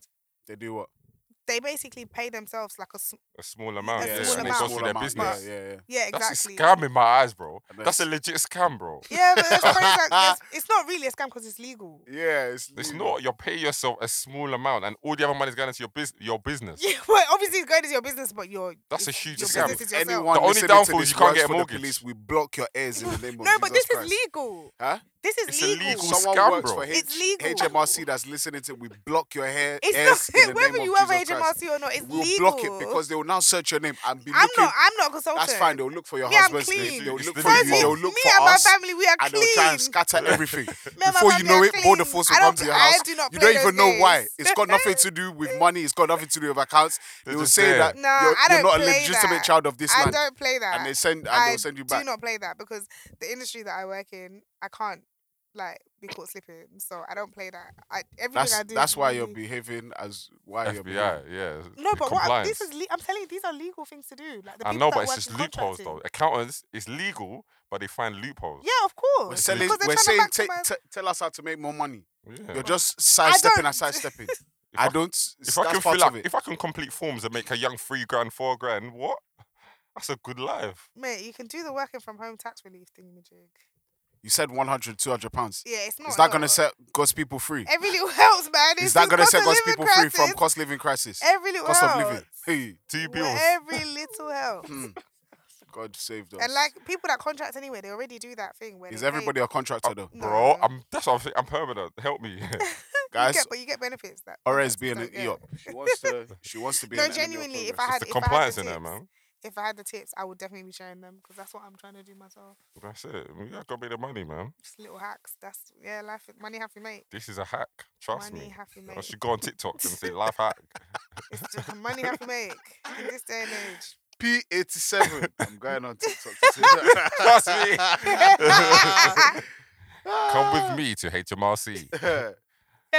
S2: they do what?
S1: Oh,
S3: they basically pay themselves like a. sm-
S1: A small amount,
S3: A
S1: yeah,
S3: small
S1: and it
S3: amount.
S1: goes through
S2: Small
S1: their
S2: amount,
S1: business.
S2: Yeah, yeah, yeah.
S3: Yeah,
S1: That's a
S3: exactly.
S1: scam in my eyes, bro.
S2: I know.
S1: That's a legit scam, bro.
S3: Yeah, but that's probably like, that's- it's not really a scam because it's legal.
S2: Yeah, it's,
S1: It's
S2: legal.
S1: not. You're paying yourself a small amount, and all the other money is going into your, bus- your business.
S3: Yeah, well, obviously it's going to your business, but your
S1: That's a
S3: it's-
S1: huge
S3: your
S1: scam.
S3: business is yourself.
S2: Anyone
S1: The only
S2: listening to
S1: downfall is
S2: this
S1: you can't
S2: works
S1: get a
S2: for the
S1: mortgage.
S2: Police, we block your ears in the name of
S3: No, but
S2: Jesus
S3: this is
S2: Christ.
S3: legal.
S2: Huh?
S3: This is
S1: It's
S3: legal.
S1: illegal.
S2: Someone
S1: scam,
S2: works
S1: bro.
S2: for H-
S3: It's legal.
S2: HMRC that's listening to. We block your hair.
S3: It's
S2: S in
S3: not
S2: the
S3: whether
S2: name
S3: you
S2: of
S3: have
S2: Jesus Christ.
S3: HMRC or not. It's
S2: we'll
S3: legal.
S2: block it because they will now search your name and be
S3: I'm
S2: looking.
S3: not. I'm not a consultant.
S2: that's fine. They'll look for your
S3: Yeah, I'm
S2: husband's name.
S3: clean.
S2: They'll
S1: It's
S2: look
S1: the
S2: for you.
S1: default.
S2: They'll
S3: Firstly,
S2: look
S3: me
S2: for
S3: and my
S2: us.
S3: family, we are
S2: And
S3: clean.
S2: they'll try and scatter everything.
S3: Me and my
S2: Before you
S3: family
S2: know
S3: are
S2: it, border
S3: clean.
S2: force
S3: I
S2: will come
S3: don't-
S2: to your
S3: I
S2: house.
S3: do not
S2: You
S3: play
S2: don't even
S3: those
S2: know why.
S3: games.
S2: It's got nothing to do with money. It's got nothing to do with accounts.
S1: They're
S2: They will
S1: just
S2: say
S1: there.
S2: that
S3: No,
S2: you're,
S3: I
S2: you're
S3: don't
S2: not a
S3: play
S2: legitimate
S3: that.
S2: child of this
S3: I
S2: man,
S3: don't play that.
S2: and they send and
S3: I
S2: they'll send you back.
S3: do not play that because the industry that I work in, I can't like be caught slipping. So I don't play that. I everything
S2: That's
S3: I do.
S2: that's
S3: is
S2: why you're
S3: really-
S2: behaving as why you're behaving.
S1: FBI, yeah. it's
S3: No, but what,
S1: compliance.
S3: this is. Le- I'm telling you, these are legal things to do. Like the
S1: I
S3: people
S1: know,
S3: that
S1: but it's
S3: work
S1: just
S3: in
S1: loopholes
S3: contracting.
S1: though. Accountants, it's legal, but they find loopholes.
S3: Yeah, of course.
S2: We're
S1: Oh, It's
S2: selling.
S3: because they're
S2: We're saying
S3: trying to
S2: take-
S3: maximize.
S2: te- tell us how to make more money.
S1: Yeah.
S2: You're just sidestepping
S3: don't-
S2: and sidestepping.
S1: If
S2: I
S1: I-
S2: don't.
S1: If I
S2: that's
S1: can
S2: part
S1: fill
S2: of
S1: up,
S2: it.
S1: if I can complete forms and make a young three grand, four grand, what? That's a good life.
S3: Mate, you can do the working from home tax relief thing, Majig.
S2: You said 100, 200 pounds.
S3: Yeah, it's not.
S2: Is
S3: a
S2: that going to
S3: lot.
S2: set God's people free?
S3: Every little helps, man. It's
S2: Is that
S3: just
S2: going to
S3: cost
S2: set
S3: of
S2: God's
S3: living
S2: people free from
S3: crisis.
S2: cost living crisis?
S3: every little
S2: Cost of
S3: helps.
S2: living. Hey,
S1: Two
S3: Well,
S1: bills.
S3: Every little helps.
S2: hmm. God saved us.
S3: And like people that contract anyway, they already do that thing where
S2: Is
S3: they pay-
S2: everybody a contractor though?
S3: No.
S1: Bro, I'm that's what I'm saying. I'm permanent. Help me.
S3: You
S2: Guys,
S3: get, but you get benefits. That
S2: Oren's
S3: contractors
S2: being an
S3: don't get.
S2: EOP. She wants to. She wants to be.
S3: No,
S2: an E enemy of
S3: genuinely, if
S2: progress.
S3: I had
S1: It's the
S3: if I had
S1: compliance
S3: the
S1: in there,
S3: tips.
S1: man.
S3: If I had the tips, I would definitely be sharing them because that's what I'm trying to do myself.
S1: That's it. You gotta be the money, man.
S3: Just little hacks. That's yeah, life. Money happy mate.
S1: This is a hack. Trust
S3: money
S1: me.
S3: happy
S1: I
S3: mate.
S1: should go on TikTok and say life hack.
S3: It's just money happy make in this day and age.
S2: P87. I'm going on TikTok to see that.
S1: Trust me. Come with
S2: Ah.
S1: me to HMRC.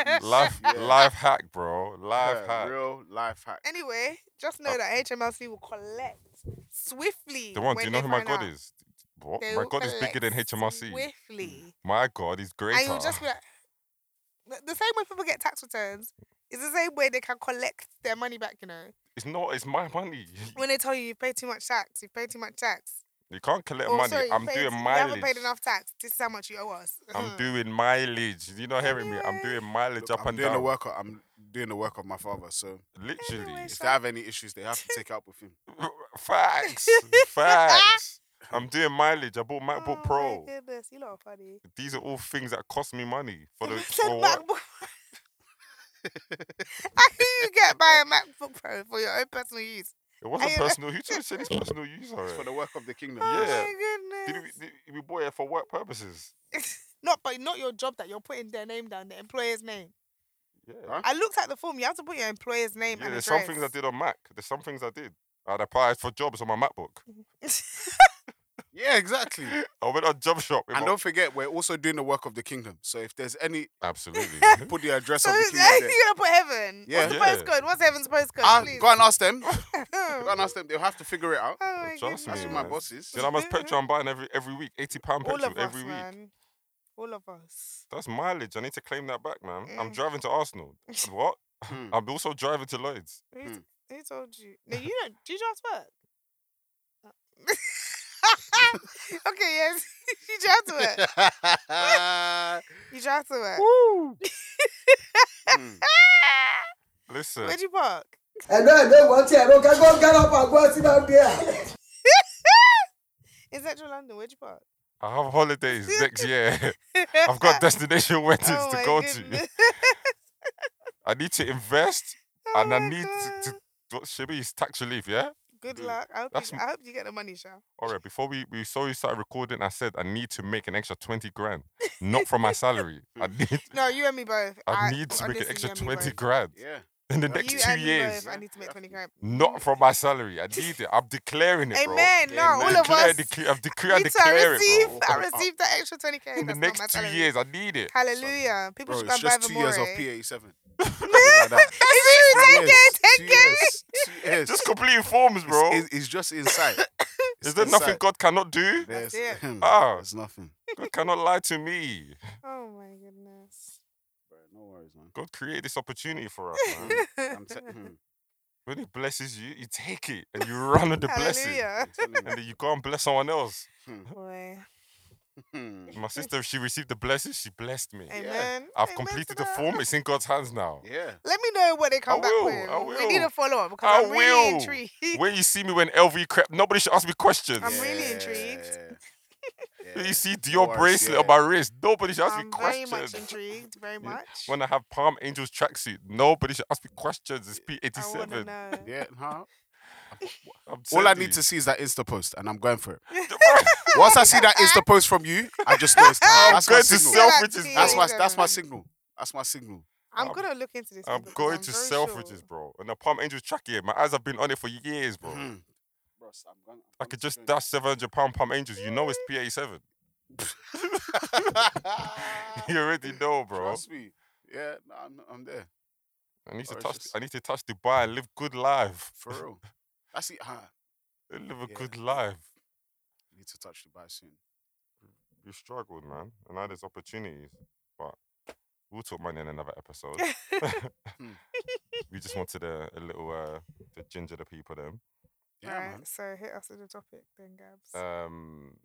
S1: Life,
S2: Yeah.
S1: life hack, bro. Life
S2: Yeah,
S1: hack.
S2: Real life hack.
S3: anyway, just know that HMRC will collect swiftly.
S1: Oh. The one, do
S3: when
S1: you know
S3: they
S1: who my
S3: find
S1: God
S3: out.
S1: is? What?
S3: They
S1: My
S3: will
S1: God is bigger than
S3: collect
S1: HMRC.
S3: Swiftly.
S1: My God is greater.
S3: And you'll just be like, the- the same way people get tax returns is the same way they can collect their money back, you know.
S1: It's not. It's my money.
S3: When they tell you you've paid too much tax, you've paid too much tax.
S1: You can't collect
S3: Or,
S1: money.
S3: Oh, sorry,
S1: I'm
S3: you paid,
S1: doing
S3: You haven't
S1: mileage.
S3: paid enough tax. This is how much you owe us. Mm-hmm.
S1: I'm doing mileage. You not hearing me? I'm
S3: Anyway.
S1: doing mileage
S2: Look,
S1: up
S2: I'm
S1: and
S2: doing
S1: down.
S2: the work. of- I'm doing the work of my father. So
S1: Literally.
S3: Anyway,
S2: if they have any issues, they have to take it up with him.
S1: Facts. Facts. I'm doing mileage. I bought MacBook
S3: Oh
S1: Pro.
S3: My goodness, you lot are funny.
S1: These are all things that cost me money for the
S3: You said
S1: for what?
S3: MacBook. How can you get by a MacBook Pro for your own personal use?
S1: It wasn't
S3: I-
S1: personal. You just said it's personal use
S2: It's for
S1: already.
S2: the work of the kingdom.
S3: Oh
S1: Yeah.
S3: my
S1: Did we,
S3: goodness.
S1: did we bought it for work purposes?
S3: Not, but not your job that you're putting their name down, the employer's name.
S1: Yeah.
S2: Huh?
S3: I looked at the form. You have to put your employer's name
S1: Yeah,
S3: and
S1: there's
S3: address.
S1: some things I did on Mac. There's some things I did. I'd applied for jobs on my MacBook.
S3: Mm-hmm.
S2: Yeah, exactly.
S1: I went on job shop. with
S2: And
S1: my-
S2: don't forget, we're also doing the work of the kingdom. So if there's any,
S1: Absolutely.
S2: put the address
S3: So
S2: of the
S3: who's-
S2: kingdom
S3: you're
S2: there.
S3: gonna put heaven?
S2: Yeah.
S3: What's the
S1: Yeah.
S3: postcode? What's heaven's postcode?
S2: Ah,
S3: please?
S2: go and ask them. Go
S3: oh
S2: and ask them. They'll have to figure it out.
S3: my
S1: Trust
S2: That's
S1: me,
S2: what
S3: goodness.
S2: my
S1: man.
S2: boss is.
S1: you know how much petrol I'm buying every every week? Eighty pound
S3: All
S1: petrol
S3: of us,
S1: every week.
S3: man. All of us.
S1: That's mileage. I need to claim that back, man. I'm
S3: Mm.
S1: driving to Arsenal. What?
S2: Hmm.
S1: I'm also driving to Lloyd's.
S3: Who,
S2: Hmm.
S3: who told you? No, you don't. Do you drive to work? Oh. okay, yes. you drive to work. You drive to work.
S2: Hmm.
S1: Listen,
S3: Where do you park?
S4: ẹ̀dọ́ ẹ̀dọ́ ìwọ́n tí ẹ̀rọ kẹ́kọ̀ọ́ gáràpà gbọ́ sí náà bí ẹ̀.
S3: In Central London, where do you park?
S1: I have holidays next year. I've got destination weddings
S3: oh
S1: to
S3: my
S1: go to.
S3: goodness.
S1: I need to invest
S3: Oh
S1: and I
S3: my
S1: need
S3: God.
S1: to. to what, Shibby's tax relief, yeah?
S3: Good
S2: Mm.
S3: luck. I hope,
S1: That's
S3: you, I hope you get the money, Sha.
S1: All right, before we, we saw you started recording, I said I need to make an extra 20 grand, not from my salary. I need
S3: No, you and me both.
S1: I need to make
S3: honestly,
S1: an extra
S3: you and me
S1: 20
S3: both.
S1: grand
S2: Yeah.
S1: in the
S2: You
S1: next
S3: You
S1: two
S3: and me
S1: years,
S3: both. I need to make 20 grand.
S1: not from my salary. I need it. I'm declaring it, bro.
S3: Amen. No, all
S2: Amen.
S3: of
S1: Declare,
S3: us.
S1: declare, I'm decree, I
S3: need to
S1: declare
S3: receive,
S1: it, bro.
S3: I received that extra 20k.
S1: in the
S3: That's not my
S1: next two
S3: salary.
S1: years. I need it.
S3: Hallelujah. People
S2: Bro,
S3: should go
S2: it's
S3: and buy
S2: just
S3: the
S2: two years of
S3: more, eh?
S2: PA7.
S3: It's really 10k,
S2: Two
S3: 10k.
S2: years. Two years.
S1: Just completing forms, bro.
S2: It's, it's just inside.
S1: Is there nothing God cannot do?
S2: There's,
S3: That's
S1: Ah.
S2: there's nothing.
S1: God cannot lie to me.
S3: Oh my goodness.
S2: Bro, no worries, man.
S1: God created this opportunity for us, man.
S2: I'm, hmm, te- I'm
S1: When He blesses you, you take it and you run with the blessing,
S3: Hallelujah.
S2: telling you.
S1: and then you go and bless someone else.
S2: mm-hmm.
S3: Boy.
S2: Hmm.
S1: My sister, she received the blessing. She blessed me.
S3: Amen.
S1: I've
S3: Amen to
S1: completed the
S3: that.
S1: form. It's in God's hands now.
S2: Yeah.
S3: Let me know what they come back
S1: will,
S3: with.
S1: I
S3: We need
S1: will.
S3: a follow up because
S1: I
S3: am really
S1: will.
S3: intrigued.
S1: When you see me when LV crept, nobody should ask me questions.
S3: I'm really intrigued.
S2: Yeah.
S1: You see
S2: Or
S1: Dior
S2: it's-
S1: bracelet on
S2: yeah.
S1: my wrist. Nobody should ask me
S3: I'm very much
S1: questions.
S3: intrigued. Very
S1: Yeah.
S3: much.
S1: When I have Palm Angels tracksuit, nobody should ask me questions. It's
S3: I want to
S1: P87.
S3: know.
S2: Yeah, huh?
S1: I'm
S2: All I
S1: telling
S2: need
S1: you.
S2: to see is that Insta post, and I'm going for it. Once I see that Insta post from you, I just know it's time. That's my
S1: going to
S2: signal.
S1: self,
S3: Relax,
S1: which is
S3: please.
S2: That's my
S3: Please,
S2: that's my
S3: everyone.
S2: signal. That's my signal.
S3: I'm
S1: I'm-
S3: gonna look into this.
S1: I'm
S3: because
S1: going to
S3: very
S1: Selfridges,
S3: sure.
S1: bro. And the Palm Angels track here. My eyes have been on it for years, bro.
S2: Mhm.
S1: I could just
S3: Mm-hmm.
S1: dash 700 pound Palm Angels. You know it's P87. You already know, bro.
S2: Trust me. Yeah, no, I'm, I'm there
S1: I need to
S2: Or it's
S1: touch.
S2: just-
S1: I need to touch Dubai and live good life.
S2: for real. That's it. Huh?
S1: Live a
S2: Yeah.
S1: good life.
S2: ah, Need to touch Dubai soon.
S1: You struggled, man, and now there's opportunities. But we'll talk money in another episode.
S2: Hmm.
S1: we just wanted a, a little uh, to ginger the people. Then,
S2: Yeah,
S3: right.
S2: man.
S3: So hit us with the topic then, Gabs.
S1: um,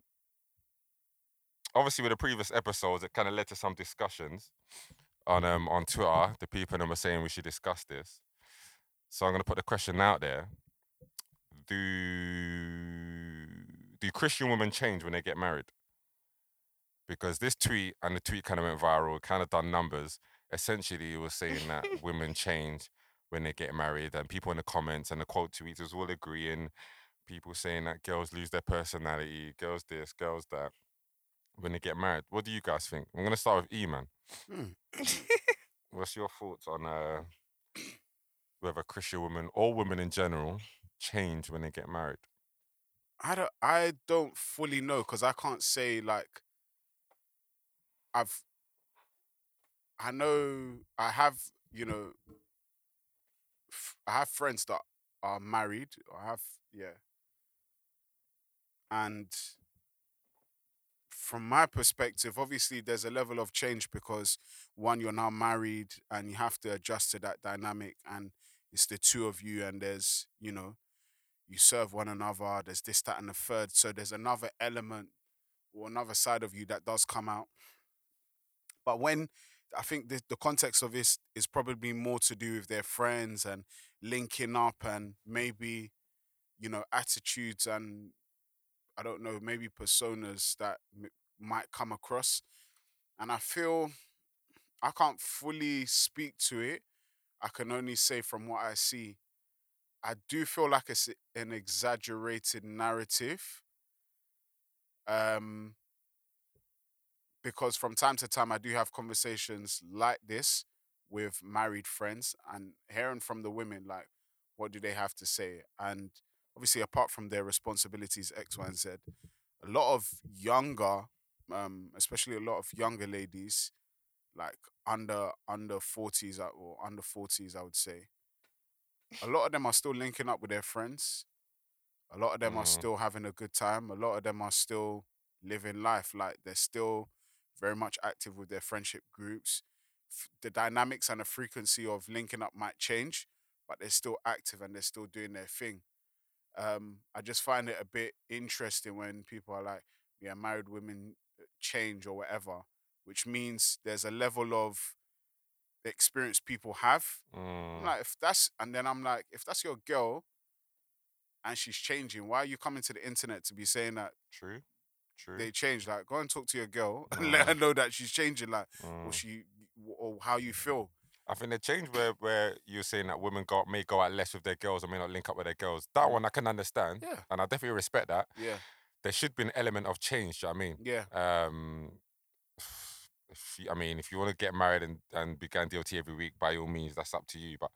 S1: obviously, with the previous episodes, it kind of led to some discussions on um on Twitter. The people them were saying we should discuss this. So I'm gonna put the question out there: Do do Christian women change when they get married? Because this tweet and the tweet kind of went viral, kind of done numbers. Essentially, it was saying that women change when they get married, and people in the comments and the quote tweets was all agreeing. People saying that girls lose their personality, girls this, girls that, when they get married. What do you guys think? I'm gonna start with E man. What's your thoughts on uh, whether Christian women or women in general change when they get married?
S2: I don't. I don't fully know because I can't say like. I've. I know. I have. You know. f- I have friends that are married. I have. Yeah. And. From my perspective, obviously, there's a level of change because one, you're now married and you have to adjust to that dynamic, and it's the two of you, and there's, you know, you serve one another, there's this, that, and the third. So there's another element or another side of you that does come out. But when I think the, the context of this is probably more to do with their friends and linking up and maybe, you know, attitudes and I don't know, maybe personas that m- might come across. And I feel I can't fully speak to it. I can only say from what I see. I do feel like it's an exaggerated narrative. Um, because from time to time, I do have conversations like this with married friends and hearing from the women, like, what do they have to say? And obviously, apart from their responsibilities, X, Y, and Z, a lot of younger, um, especially a lot of younger ladies, like under under 40s uh, or under 40s, I would say, a lot of them are still linking up with their friends. A lot of them are
S1: Mhm.
S2: still having a good time. A lot of them are still living life. Like they're still very much active with their friendship groups. F- The dynamics and the frequency of linking up might change, but they're still active and they're still doing their thing. Um, I just find it a bit interesting when people are like, yeah, married women uh, change or whatever, which means there's a level of experience people have I'm
S1: Mm,
S2: like, if that's, and then I'm like, if that's your girl and she's changing, why are you coming to the internet to be saying that
S1: true, true.
S2: they changed? Like, go and talk to your girl and let her know that she's changing, like, or
S1: mm.
S2: she, or how you feel.
S1: I think the change where, where you're saying that women go, may go out less with their girls or may not link up with their girls, that one I can understand.
S2: Yeah.
S1: And I definitely respect that.
S2: Yeah.
S1: There should be an element of change, do you know what I mean?
S2: Yeah.
S1: Um, if you, I mean, if you want to get married and, and be going DLT every week, by all means, that's up to you. But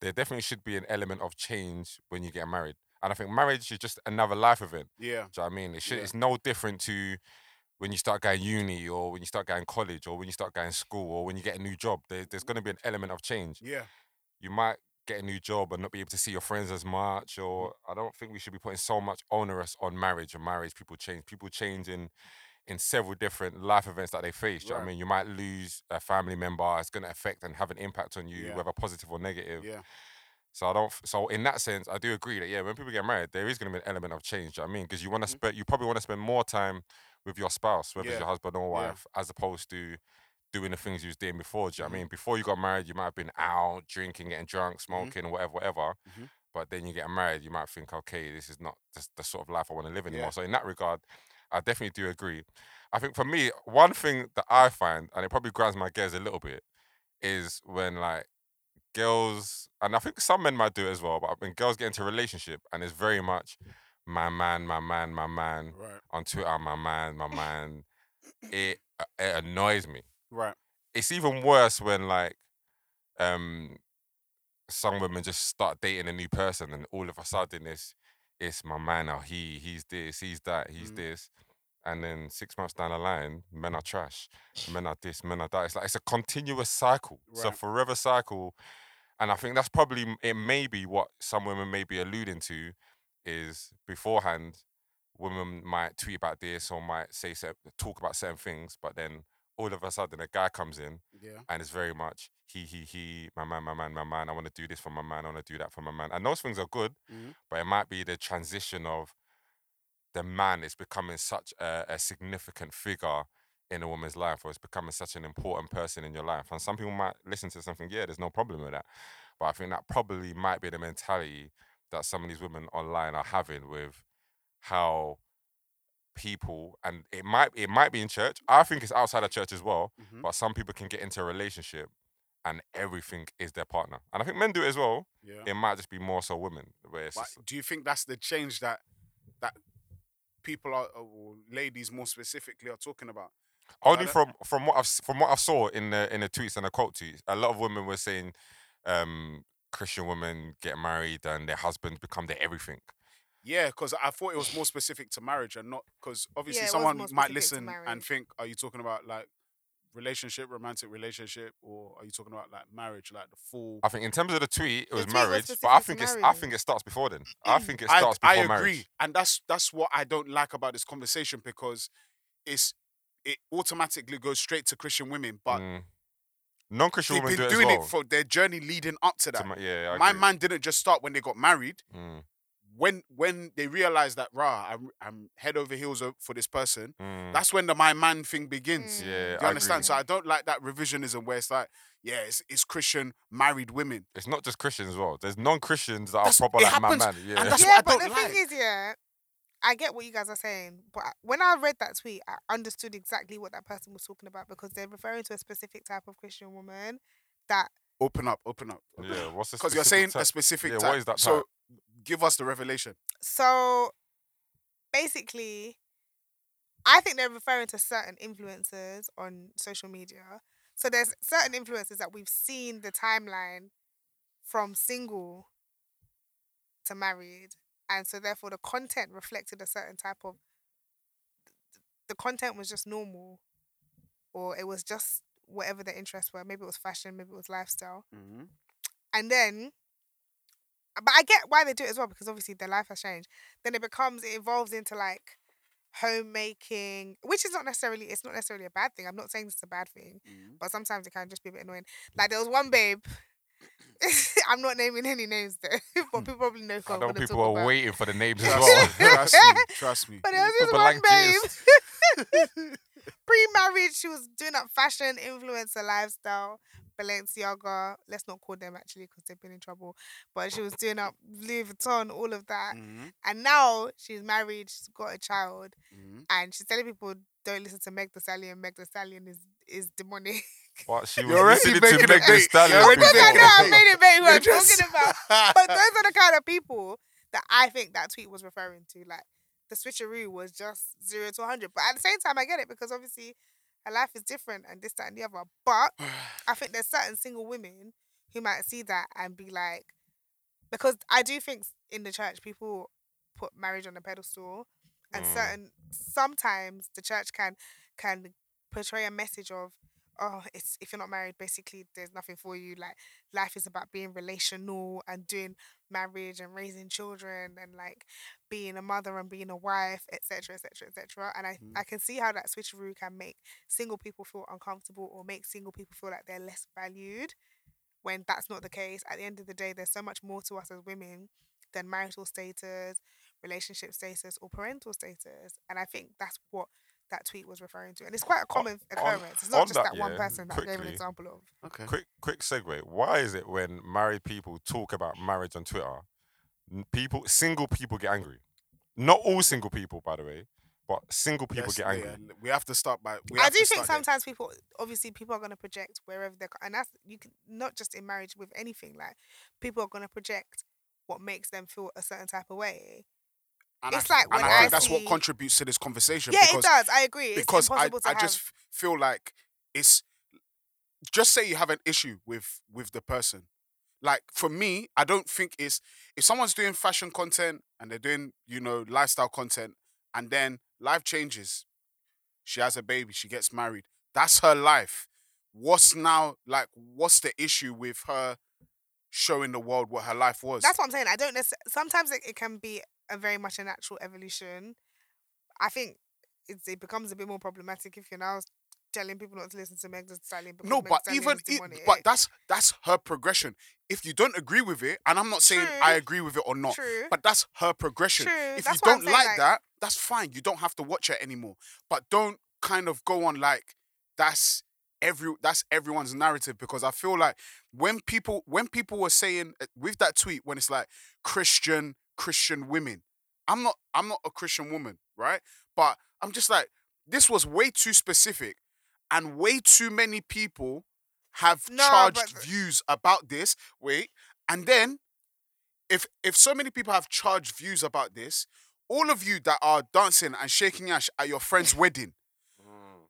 S1: there definitely should be an element of change when you get married. And I think marriage is just another life event.
S2: Yeah.
S1: Do you know what I mean? It should,
S2: Yeah.
S1: It's no different to when you start going uni or when you start going college or when you start going school or when you get a new job. There, there's going to be an element of change.
S2: Yeah.
S1: You might get a new job and not be able to see your friends as much.
S2: Mm.
S1: Or I don't think we should be putting so much onerous on marriage and marriage. People change. People change in in several different life events that they face. Do you know what
S2: Right.
S1: I mean? You might lose a family member. It's going to affect and have an impact on you,
S2: Yeah.
S1: whether positive or negative.
S2: Yeah.
S1: So I don't. f- So in that sense, I do agree that yeah, when people get married, there is going to be an element of change. do you know what I mean, because you want to
S2: Mhm.
S1: spend, you probably want to spend more time with your spouse, whether
S2: Yeah.
S1: it's your husband or
S2: Yeah.
S1: wife, as opposed to doing the things you was doing before. Do you know what
S2: Mhm.
S1: I mean? Before you got married, you might have been out drinking, getting drunk,
S2: Mm-hmm.
S1: smoking, whatever, whatever.
S2: Mhm.
S1: But then you get married, you might think, okay, this is not just the sort of life I want to live
S2: Yeah.
S1: anymore. So in that regard, I definitely do agree. I think for me, one thing that I find, and it probably grinds my gears a little bit, is when like girls, and I think some men might do it as well, but when girls get into a relationship and it's very much my man, my man, my man,
S2: Right.
S1: on Twitter, my man, my man, it, uh, it annoys me
S2: Right.
S1: it's even worse when like um some women just start dating a new person and all of a sudden it's it's my man now he he's this he's that he's
S2: Mm.
S1: this and then six months down the line men are trash men are this men are that it's like it's a continuous cycle it's a
S2: Right.
S1: forever cycle and i think that's probably m- it may be what some women may be alluding to is beforehand women might tweet about this or might say cer- talk about certain things but then all of a sudden a guy comes in
S2: Yeah.
S1: and it's very much he he he my man my man my man i want to do this for my man i want to do that for my man and those things are good
S2: Mhm.
S1: but it might be the transition of the man is becoming such a, a significant figure in a woman's life or it's becoming such an important person in your life and some people might listen to something yeah there's no problem with that but i think that probably might be the mentality that some of these women online are having with how people and it might it might be in church i think it's outside of church as well
S2: Mhm.
S1: but some people can get into a relationship and everything is their partner. And I think men do it as well.
S2: Yeah.
S1: It might just be more so women where it's
S2: But
S1: just-
S2: do you think that's the change that that people are, uh, or ladies more specifically, are talking about?
S1: only
S2: don't-
S1: from from what I've s- from what I saw in the in the tweets and the quote tweets. A lot of women were saying um, Christian women get married and their husbands become their everything.
S2: Yeah, because I thought it was more specific to marriage and not because obviously
S3: Yeah, it was
S2: someone
S3: more
S2: might
S3: specific to
S2: listen and
S3: marriage.
S2: think, are you talking about like relationship, romantic relationship, or are you talking about like marriage, like the full?
S1: I think in terms of the tweet, it
S3: The
S1: was
S3: tweet was
S1: marriage, but I
S3: specific to
S1: think it's I
S3: marriage.
S1: think it starts before then. I think it
S2: Mm. I-
S1: starts
S2: I,
S1: before
S2: agree,
S1: marriage.
S2: and that's that's what I don't like about this conversation because it's it automatically goes straight to Christian women, but
S1: Mm. Non-Christian
S2: they've
S1: women
S2: been
S1: do it
S2: doing
S1: as well.
S2: it for their journey leading up to
S1: To
S2: that.
S1: ma- yeah, I
S2: My
S1: agree.
S2: man didn't just start when they got married.
S1: Mm,
S2: When when they realized that rah, I'm, I'm head over heels o- for this person.
S1: mm.
S2: That's when the my man thing begins.
S1: yeah,
S3: Mm.
S2: Do you
S1: I
S2: understand?
S1: Agree.
S2: So I don't like that revisionism where it's like, yeah, it's, it's Christian married women.
S1: it's not just Christians as well. There's non-Christians that
S2: That's-
S1: are proper
S2: it
S1: like
S2: happens,
S1: my man. Yeah.
S2: and that's
S3: yeah,
S2: what I
S3: but
S2: don't
S3: the
S2: like.
S3: thing is, yeah, I get what you guys are saying, but I- when I read that tweet, I understood exactly what that person was talking about because they're referring to a specific type of Christian woman that
S2: Open up, open up.
S1: yeah. What's the
S2: Because you're saying
S1: specific
S2: a
S1: type?
S2: specific
S1: Yeah, what
S2: type.
S1: is that
S2: So
S1: type?
S2: give us the revelation.
S3: so basically I think they're referring to certain influencers on social media. So there's certain influencers that we've seen the timeline from single to married. And so therefore the content reflected a certain type of the content was just normal or it was just whatever their interests were. Maybe it was fashion, maybe it was lifestyle.
S2: Mm-hmm.
S3: And then but I get why they do it as well because obviously their life has changed. Then it becomes it evolves into like homemaking, which is not necessarily it's not necessarily a bad thing. I'm not saying it's a bad thing,
S1: Mm.
S3: but sometimes it can just be a bit annoying. Like there was one babe. I'm not naming any names though, but people probably know who
S1: Hmm. I
S3: I'm
S1: know
S3: gonna
S1: people
S3: talk
S1: are
S3: about.
S1: waiting for the names as well.
S2: Trust, me, trust me, trust me.
S3: But there was this
S1: People
S3: one
S1: like
S3: babe.
S1: this.
S3: Pre-marriage, she was doing up fashion influencer lifestyle, Balenciaga. Let's not call them actually because they've been in trouble. But she was doing up Louis Vuitton, all of that.
S2: Mm-hmm.
S3: And now she's married, she's got a child,
S2: Mm-hmm.
S3: and she's telling people don't listen to Meg the Stallion. Meg the Stallion is is demonic.
S1: What she was
S2: You're already
S1: listening
S2: making
S1: to
S2: a
S1: Meg Thee
S2: date.
S1: Stallion
S2: You're already
S3: Because I
S1: before.
S2: making
S3: know
S2: a
S3: I
S2: date.
S3: made it, babe. What I'm talking about. But those
S2: about.
S3: are the kind of people that I think that tweet was referring to. Like the switcheroo was just zero to 100. But at the same time, I get it because obviously her life is different and this, that, and the other. But I think there's certain single women who might see that and be like, because I do think s- in the church people put marriage on a pedestal, and
S1: Mm.
S3: certain sometimes the church can can portray a message of, oh, it's if you're not married, basically there's nothing for you. Like life is about being relational and doing marriage and raising children and like being a mother and being a wife, etc., etc., etc. And I
S1: Mm.
S2: Mhm.
S3: I can see how that switcheroo can make single people feel uncomfortable or make single people feel like they're less valued when that's not the case. At the end of the day, there's so much more to us as women than marital status, relationship status, or parental status. And I think that's what that tweet was referring to. And it's quite a common occurrence. it's
S1: on
S3: not just
S1: that,
S3: that, one
S1: yeah,
S3: person that I gave an
S1: quickly.
S3: example of.
S2: okay.
S1: Quick, quick segue. Why is it when married people talk about marriage on Twitter, n- people, single people get angry? Not all single people, by the way, but single people
S2: Let's-
S1: get angry.
S2: yeah, we have to start by. We
S3: I
S2: have
S3: do
S2: to
S3: think
S2: start there.
S3: sometimes people, obviously, people are going to project wherever they're, co- and that's you can not just in marriage with anything. Like people are going to project what makes them feel a certain type of way.
S2: And I-
S3: it's like
S2: and
S3: when
S2: I,
S1: I
S2: think that's what
S3: see-
S2: contributes to this conversation.
S3: Yeah, it
S2: because
S3: does. I agree. It's
S2: because I,
S3: impossible to
S2: I
S3: have.
S2: just f- feel like it's just say you have an issue with with the person like for me i don't think it's if someone's doing fashion content and they're doing you know lifestyle content and then life changes she has a baby she gets married that's her life what's now like what's the issue with her showing the world what her life was
S3: That's what I'm saying. I don't necessarily. Sometimes it, it can be a very much a natural evolution. I think it's, it becomes a bit more problematic if you're now telling people not to listen to Meg Thee Stallion. because
S2: no
S3: Meg
S2: but
S3: Thee Stallion
S2: even
S3: is
S2: it,
S3: demonic.
S2: but that's that's her progression if you don't agree with it and i'm not saying
S3: True.
S2: i agree with it or not
S3: true.
S2: But that's her progression.
S3: True,
S2: If
S3: that's
S2: you
S3: what I'm
S2: don't
S3: saying,
S2: like,
S3: like-
S2: that, that's fine. You don't have to watch it anymore. But don't kind of go on like that's every that's everyone's narrative because I feel like when people when people were saying uh, with that tweet when it's like Christian Christian women, I'm not I'm not a Christian woman, right? But I'm just like this was way too specific, and way too many people have
S3: No, but uh,
S2: charged
S3: th-
S2: views about this. Wait, and then if if so many people have charged views about this, all of you that are dancing and shaking ash at your friend's wedding,
S3: Mm.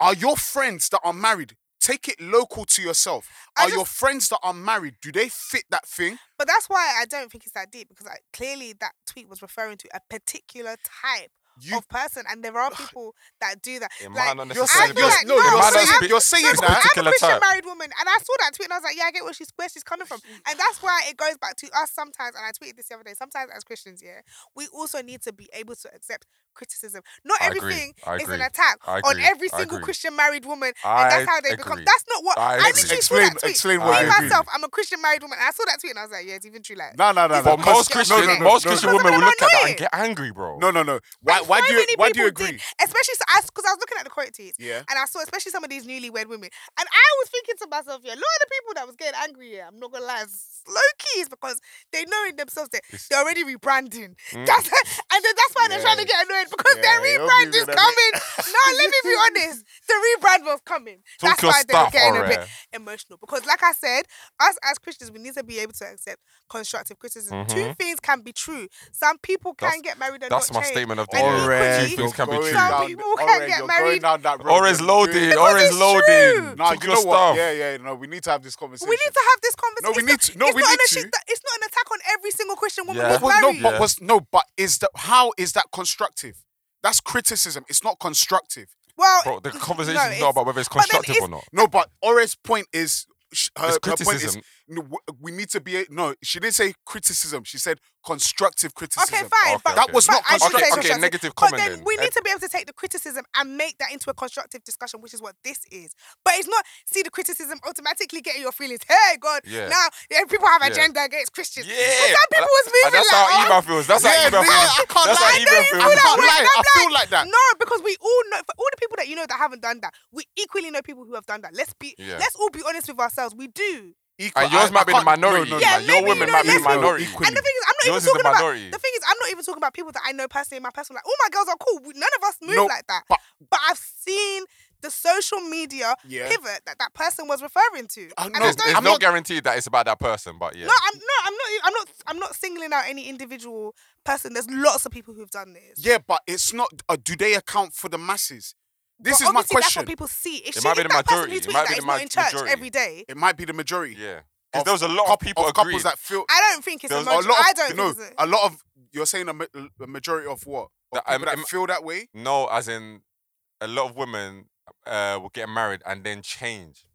S2: are your friends that are married? Take it local to yourself.
S3: I
S2: are your friends that are married? Do they fit that thing?
S3: But that's why I don't think it's that deep because I, clearly that tweet was referring to a particular type
S2: You
S3: of person, and there are people that do that.
S1: It might
S3: like,
S1: not
S2: you're
S1: necessarily
S2: saying,
S3: feel
S1: be.
S2: you're,
S3: like-
S2: no,
S3: no,
S2: you're
S3: but
S2: saying,
S3: I'm-
S2: you're saying
S3: no, but
S2: that.
S3: I'm a
S1: particular
S3: Christian
S1: type.
S3: married woman, and I saw that tweet, and I was like, "Yeah, I get where she's where she's coming from," and that's why it goes back to us sometimes. And I tweeted this the other day. Sometimes as Christians, yeah, we also need to be able to accept criticism. Not
S1: I agree.
S3: everything
S1: I
S3: is an
S1: agree.
S3: attack
S1: I
S3: on
S1: agree.
S3: every
S1: I
S3: single
S1: agree.
S3: Christian married woman,
S1: I
S3: and that's how they become.
S1: agree.
S3: That's not what
S1: I
S3: I,
S1: agree.
S3: literally saw
S2: Explain,
S3: that tweet.
S1: I
S2: explain what
S3: Me
S2: you
S1: agree.
S2: mean.
S3: myself, I'm a Christian married woman. And I saw that tweet, and I was like, "Yeah, it's even true." Like,
S2: No, no, no, no.
S1: But
S2: because-
S1: most Christian,
S2: no, no, no,
S1: most
S2: no,
S1: Christian
S2: no,
S3: Because
S1: women
S3: some
S1: will look at
S3: of them
S1: that
S3: are
S1: and get angry, bro.
S2: No, no, no. Why,
S3: And
S2: why
S3: so
S2: do you,
S3: many
S2: why do you
S3: people did,
S2: agree?
S3: especially so I, because I was looking at the quote tweets,
S2: Yeah.
S3: and I saw especially some of these newlywed women, and I was thinking to myself, yeah, a lot of the people that was getting angry, yeah, I'm not gonna lie, it's low keys because they know in themselves that
S1: It's-
S3: they're already rebranding.
S1: Mm.
S3: That's and then that's why they're trying to
S2: Yeah.
S3: get annoyed because
S2: Yeah,
S3: their
S2: you'll
S3: rebrand
S2: be
S3: is
S2: with them.
S3: coming. no, let me be honest, the rebrand was coming.
S1: Talk
S3: that's
S1: your
S3: why they were
S1: stuff,
S3: getting a
S1: alright.
S3: bit emotional because, like I said, us as Christians, we need to be able to accept constructive criticism.
S2: Mm-hmm.
S3: Two
S1: Mhm.
S3: things can be true. Some people can
S1: That's-
S3: get married and
S1: That's
S3: not
S1: my
S3: change.
S1: statement of the
S3: And
S1: year.
S3: equally,
S1: Two things can be
S2: You're going
S1: true.
S3: Some people can
S2: Oren,
S3: get
S2: you're
S3: married.
S2: Going down that road.
S1: Or is
S2: You're doing-
S1: loaded.
S3: Because
S1: Or is
S3: it's true.
S1: loaded.
S2: Nah,
S1: Talk
S2: you
S1: your
S2: know what? Yeah,
S1: stuff.
S2: yeah. No, we need to have this conversation.
S3: We need to have this conversation.
S2: No, we need to- no,
S3: it's
S2: we
S3: not
S2: need
S3: an
S2: to.
S3: issue- It's not an attack on every single Christian woman
S1: Yeah.
S3: who's
S2: Well, no,
S3: married.
S2: but
S1: Yeah.
S2: was no, but is that how is that constructive? That's criticism. It's not constructive.
S3: Well,
S1: Bro, the
S3: no,
S1: conversation is
S3: it's-
S1: not about whether it's
S3: then
S1: constructive or
S3: it's-
S1: not.
S2: No, but Ore's point is sh- her,
S1: It's
S2: her point is
S1: criticism.
S2: no, w- we need to be a- no. She didn't say criticism. She said constructive criticism.
S3: Okay, fine.
S1: Okay,
S3: but
S1: That
S2: was not
S3: but I should
S2: constructive.
S3: say
S2: Okay,
S3: constructive.
S1: negative
S3: But
S1: comment
S3: then
S1: then.
S3: we
S1: Uh,
S3: need to be able to take the criticism and make that into a constructive discussion, which is what this is. But it's not see the criticism automatically getting your feelings. Hey God,
S1: Yeah.
S3: now yeah, people have
S1: Yeah.
S3: agenda against Christians.
S1: Yeah.
S3: But some people was
S1: And
S3: moving
S1: that's
S3: like,
S1: how
S3: oh,
S1: Eva feels. That's
S2: Yeah,
S1: how Eva
S2: yeah, I
S1: feels.
S2: can't
S1: That's how
S2: lie. I
S1: Eva
S3: know you
S1: feels.
S3: feel that
S2: can't
S3: way.
S2: lie.
S3: And I'm
S2: I feel like that.
S3: No, because we all know for all the people that you know that haven't done that, we equally know people who have done that. Let's be
S1: Yeah.
S3: let's all be honest with ourselves. We do.
S2: Equal-
S1: And yours
S2: I- I
S1: might be the
S2: can't- no,
S1: minority.
S2: no, no,
S3: Yeah,
S1: like,
S2: no,
S1: your
S3: maybe,
S1: women
S3: no,
S1: might be the
S3: let's be-
S1: minority.
S2: Equally.
S3: And the thing is, I'm not
S1: Yours is
S3: even talking
S1: the
S3: about
S1: minority.
S3: the thing is, I'm not even talking about people that I know personally in my personal life. All my girls are cool. We- None of us move
S2: No,
S3: like that.
S2: but-
S3: I've seen the social media
S2: Yeah. Uh,
S3: pivot that that person was referring to.
S2: I
S3: And
S2: know.
S3: I
S1: It's
S3: don't
S1: it's
S2: I'm
S1: not
S2: not-
S1: guaranteed that it's about that person, but yeah.
S3: no, I'm no, I'm not. I'm not. I'm not singling out any individual person. There's lots of people who've done this.
S2: Yeah, but it's not. Uh, do they account for the masses? This
S3: But
S2: is my
S3: obviously That's what
S2: question.
S3: people see. If
S1: It
S3: she,
S1: might be
S3: if
S1: the
S3: that person who
S1: majority. It
S3: tweets
S1: might
S3: that
S1: be the
S3: is not
S1: ma-
S3: in church
S1: majority.
S3: every day,
S2: It might be the majority.
S1: Yeah.
S2: Of
S1: Because there was a lot of
S2: coup-
S1: people
S2: of couples
S1: agreeing.
S2: that feel
S3: I don't think it's
S1: There
S3: a
S1: was
S3: majority.
S2: a lot. Of,
S3: I don't
S2: no,
S3: think it's a,
S2: a lot of you're saying a, ma- a majority of what of
S1: That,
S2: people
S1: um,
S2: that
S1: um,
S2: feel that way.
S1: No, as in a lot of women uh, will get married and then change.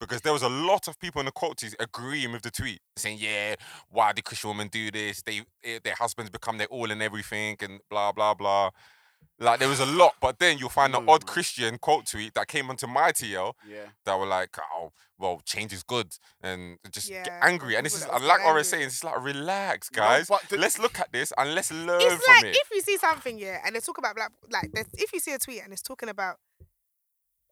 S1: Because there was a lot of people in the quotes agreeing with the tweet, saying, "Yeah, why do Christian women do this? They eh, their husbands become their all and everything, and blah blah blah." Like there was a lot, but then you'll find an
S2: No,
S3: Mm.
S1: odd
S2: man.
S1: Christian quote tweet that came onto my TL
S2: Yeah.
S1: that were like, "Oh, well, change is good," and just get
S3: Yeah,
S1: angry. And this
S3: people
S1: is,
S3: that
S1: I
S3: was
S1: like
S3: getting
S1: Ora
S3: angry.
S1: saying, it's like relax,
S2: No,
S1: guys.
S2: but the-
S1: let's look at this and let's learn
S3: it's
S1: from
S3: like
S1: it.
S3: if you see something yeah and they talk about black like there's, if you see a tweet and it's talking about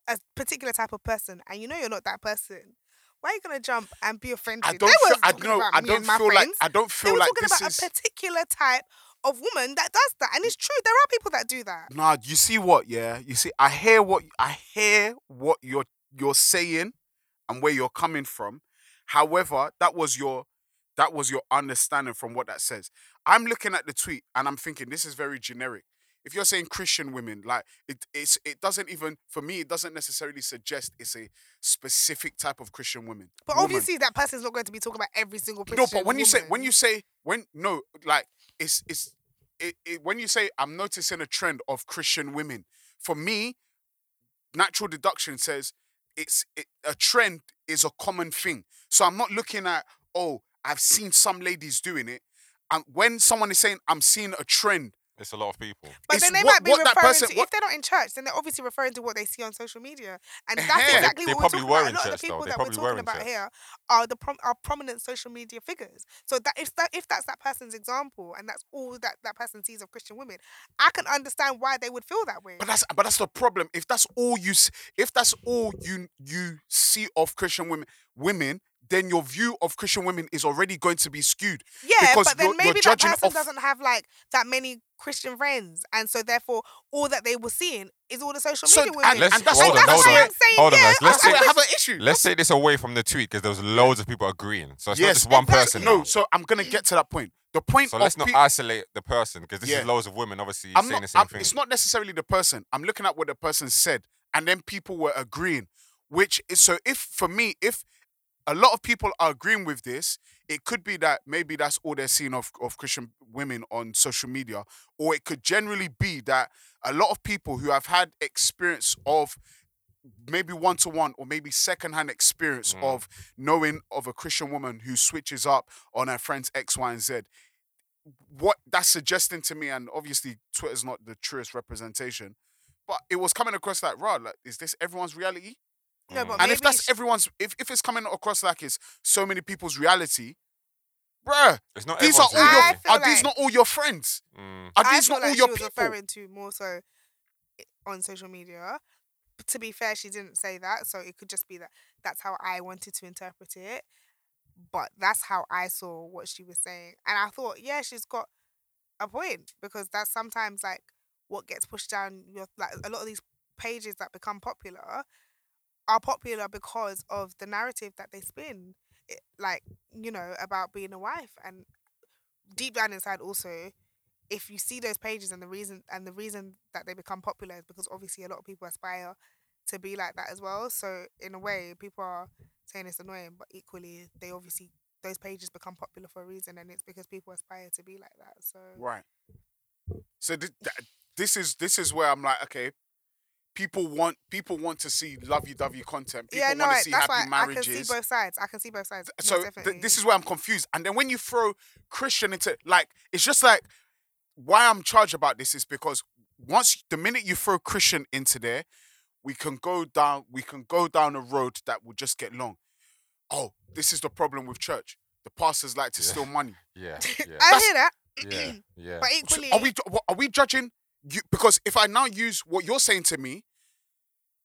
S3: a particular type of person and you know you're not that person Why are you gonna jump and be offended?
S2: I
S3: They
S2: don't. Feel,
S3: wasn't
S2: I
S3: talking
S2: know.
S3: about
S2: I
S3: me
S2: don't
S3: and my
S2: feel like.
S3: friends.
S2: I don't
S3: They
S2: feel
S3: were
S2: like
S3: talking
S2: this
S3: about
S2: is.
S3: a particular type of woman that does that, and it's true. There are people that do that.
S2: Nah, you see what? Yeah, you see, I hear what I hear what you're you're saying, and where you're coming from. However, that was your that was your understanding from what that says. I'm looking at the tweet and I'm thinking this is very generic. If you're saying Christian women, like it, it's it doesn't even for me, it doesn't necessarily suggest it's a specific type of Christian women.
S3: But
S2: woman.
S3: obviously, that person's not going to be talking about every single person.
S2: No, but when you say when you say when no, like it's it's it, it, when you say I'm noticing a trend of Christian women. For me, natural deduction says it's it, a trend is a common thing. So I'm not looking at oh I've seen some ladies doing it. And when someone is saying I'm seeing a trend,
S1: It's a lot of people.
S3: but
S2: it's
S3: then they
S2: what-
S3: might be
S2: what
S3: referring
S2: that person-
S3: to
S2: what-
S3: if they're not in church, then they're obviously referring to what they see on social media, and that's
S2: Ehem. They-
S3: exactly
S1: they
S3: what
S1: probably
S3: we're
S1: were
S3: talking
S1: in
S3: about. A lot of
S1: church,
S3: the
S1: though.
S3: people
S1: They
S3: that we're
S1: probably were
S3: talking
S1: in
S3: about
S1: church.
S3: here are the prom- are prominent social media figures. So that if that if that's that person's example, and that's all that that person sees of Christian women, I can understand why they would feel that way.
S2: but that's but that's the problem. If that's all you s- if that's all you you see of Christian women women, then your view of Christian women is already going to be skewed.
S3: Yeah,
S2: because
S3: but then
S2: you're- you're
S3: maybe that
S2: judging
S3: person
S2: off-
S3: doesn't have like that many Christian friends, and so therefore all that they were seeing is all the social
S2: So,
S3: media
S2: and-
S3: women.
S2: and that's
S1: hold
S2: what-
S1: on,
S2: that's
S1: hold
S2: why
S1: on,
S2: I'm
S3: saying,
S1: hold on,
S3: yeah,
S1: guys. Let's
S3: I-
S2: That's
S1: take
S2: where I
S1: this,
S2: have an issue.
S1: let's take this away from the tweet because there was loads of people agreeing. So it's not just one
S3: exactly.
S1: person.
S2: No,
S1: now.
S2: so I'm gonna get to that point. The point
S1: So
S2: of
S1: let's not
S2: pe-
S1: isolate the person because this
S2: Yeah.
S1: is loads of women obviously
S2: I'm
S1: saying
S2: not,
S1: the same
S2: I'm-
S1: thing.
S2: it's not necessarily the person. I'm looking at what the person said, and then people were agreeing. Which is so if for me, if a lot of people are agreeing with this, it could be that maybe that's all they're seeing of, of Christian women on social media, or it could generally be that a lot of people who have had experience of maybe one to one or maybe second hand experience
S1: Mm.
S2: of knowing of a Christian woman who switches up on her friends X, Y, and Z. What that's suggesting to me, and obviously Twitter's not the truest representation, but it was coming across like, rah, like, is this everyone's reality?
S3: No,
S1: Mm.
S3: but
S2: and if
S3: maybe
S2: that's
S3: sh-
S2: everyone's, if, if it's coming across like it's so many people's reality, bruh,
S1: It's not
S2: these are all
S1: everyone's
S2: your,
S1: reality.
S3: I
S2: are
S3: feel
S2: these
S3: like-
S2: not all your friends?
S1: Mm.
S2: Are
S3: I
S2: these
S3: feel
S2: not
S3: like
S2: all
S3: she
S2: your
S3: was
S2: people?
S3: referring to more so i- on social media. But To be fair, she didn't say that, so it could just be that that's how I wanted to interpret it. But that's how I saw what she was saying, and I thought, yeah, she's got a point because that's sometimes like what gets pushed down your like a lot of these pages that become popular are popular because of the narrative that they spin it, like you know about being a wife and deep down inside also if you see those pages and the reason and the reason that they become popular is because obviously a lot of people aspire to be like that as well so in a way people are saying it's annoying but equally they obviously those pages become popular for a reason and it's because people aspire to be like that so
S2: Right. So thi- th- this is this is where I'm like, okay, people want people want to see lovey-dovey content. People
S3: yeah, no,
S2: want
S3: I-
S2: to see
S3: that's
S2: happy
S3: why I can see
S2: marriages.
S3: both sides. I can see both sides. most
S2: so
S3: definitely.
S2: th- this is where I'm confused. And then when you throw Christian into like, it's just like why I'm charged about this is because once the minute you throw Christian into there, we can go down we can go down a road that will just get long. Oh, this is the problem with church. The pastors like to
S1: Yeah.
S2: steal money.
S1: Yeah,
S3: I
S1: yeah,
S2: That's-
S3: hear that,
S1: yeah, yeah.
S3: but
S2: So
S3: equally,
S2: are we ju- what- are we judging you because if I now use what you're saying to me,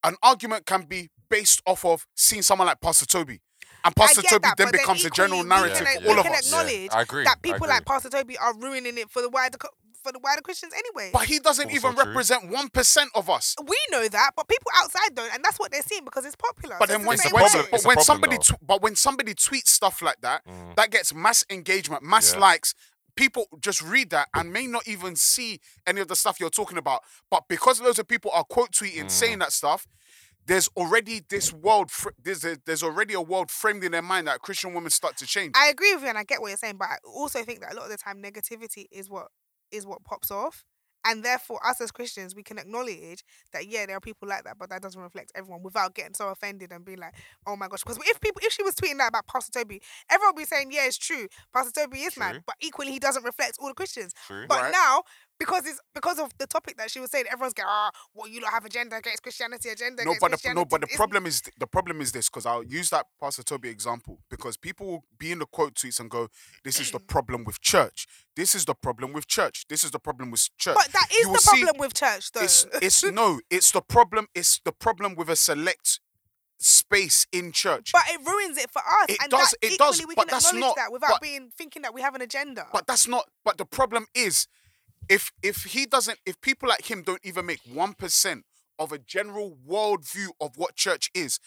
S2: an argument can be based off of seeing someone like Pastor Toby, and
S3: I
S2: Pastor
S3: get
S2: Toby
S3: that,
S2: then
S3: but
S2: becomes a general
S3: equally we
S2: narrative
S3: can, uh,
S2: for
S1: Yeah,
S2: all
S3: we
S2: of
S3: can
S1: yeah.
S2: us.
S3: acknowledge
S1: I agree,
S3: that
S1: I
S3: people
S1: agree.
S3: like Pastor Toby are ruining it for the wider co- for the wider Christians anyway.
S2: But he doesn't
S1: Also
S2: even
S1: true.
S2: represent one percent of us.
S3: we know that, but people outside don't, and that's what they're seeing because it's popular.
S2: But
S3: so
S2: then
S3: it's
S2: when,
S3: the
S1: It's
S3: same
S1: a
S2: when,
S3: way.
S1: problem.
S2: but
S1: It's a
S2: when
S1: problem,
S2: somebody
S1: though.
S2: tw- but when somebody tweets stuff like that,
S1: Mm.
S2: that gets mass engagement, mass
S1: Yeah.
S2: likes. People just read that and may not even see any of the stuff you're talking about. But because loads of people are quote tweeting,
S1: Mm.
S2: saying that stuff, there's already this world. Fr- there's a, there's already a world framed in their mind that Christian women start to change.
S3: I agree with you and I get what you're saying, but I also think that a lot of the time negativity is what is what pops off. And therefore, us as Christians, we can acknowledge that yeah, there are people like that, but that doesn't reflect everyone. Without getting so offended and being like, "Oh my gosh," because if people, if she was tweeting that about Pastor Toby, everyone would be saying, "Yeah, it's true. Pastor Toby is mad,"
S1: True.
S3: but equally, he doesn't reflect all the Christians.
S1: True.
S3: But
S2: Right.
S3: now, because it's because of the topic that she was saying, everyone's going, "Ah, well, you lot have agenda against Christianity, agenda
S2: No,
S3: against
S2: but the,
S3: Christianity."
S2: no, but the
S3: It's-
S2: problem is th- the problem is this because I'll use that Pastor Toby example because people will be in the quote tweets and go, "This is the problem with church. This is the problem with church. This is the problem with church."
S3: But that is
S2: You will
S3: the
S2: see-
S3: problem with church, though.
S2: It's it's no, it's the problem. It's the problem with a select space in church.
S3: But it ruins it for us.
S2: It
S3: and
S2: does-
S3: that,
S2: it
S3: equally
S2: does,
S3: we
S2: but
S3: can
S2: that's
S3: acknowledge
S2: not-
S3: that without
S2: but-
S3: being thinking that we have an agenda.
S2: But that's not. But the problem is, if if he doesn't, if people like him don't even make one percent of a general worldview of what church is,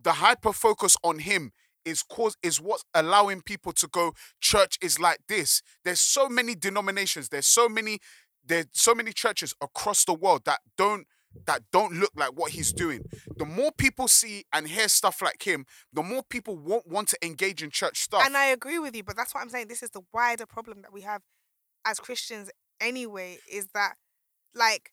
S2: the hyper focus on him is cause is what's allowing people to go. Church is like this. There's so many denominations. There's so many. There's so many churches across the world that don't that don't look like what he's doing. The more people see and hear stuff like him, the more people won't want to engage in church stuff.
S3: and I agree with you, but that's what I'm saying. This is the wider problem that we have as Christians anyway, is that like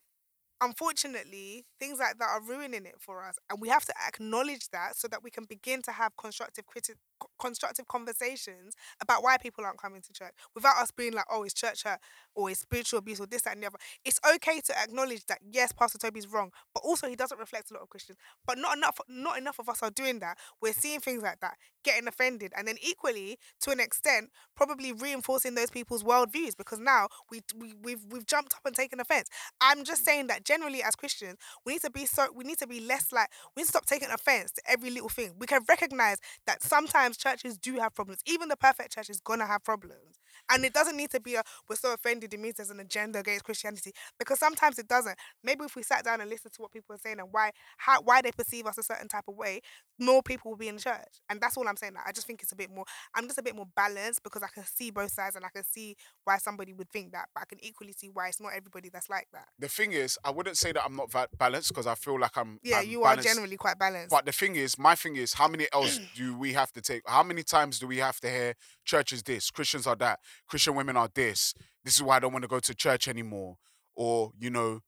S3: unfortunately things like that are ruining it for us. And we have to acknowledge that so that we can begin to have constructive criti- co- constructive conversations about why people aren't coming to church without us being like, oh, it's church hurt or it's spiritual abuse or this, that, and the other. It's okay to acknowledge that yes, Pastor Toby's wrong, but also he doesn't reflect a lot of Christians. But not enough not enough of us are doing that. We're seeing things like that, getting offended, and then equally, to an extent, probably reinforcing those people's worldviews because now we, we we've we've jumped up and taken offense. I'm just saying that generally as Christians, we need to be so we need to be less like we need to stop taking offense to every little thing. We can recognize that sometimes churches do have problems. Even the perfect church is gonna have problems. And it doesn't need to be a we're so offended it means there's an agenda against Christianity because sometimes it doesn't. Maybe if we sat down and listened to what people are saying and why how why they perceive us a certain type of way, more people will be in church. And that's all I'm saying. Like, I just think it's a bit more I'm just a bit more balanced because I can see both sides and I can see why somebody would think that, but I can equally see why it's not everybody that's like that.
S2: the thing is, I wouldn't say that I'm not va- balanced because I feel like I'm.
S3: Yeah,
S2: I'm
S3: you
S2: balanced.
S3: are generally quite balanced.
S2: But the thing is, my thing is, how many else do we have to take? How many times do we have to hear church is this, Christians are that, Christian women are this. This is why I don't want to go to church anymore, or you know,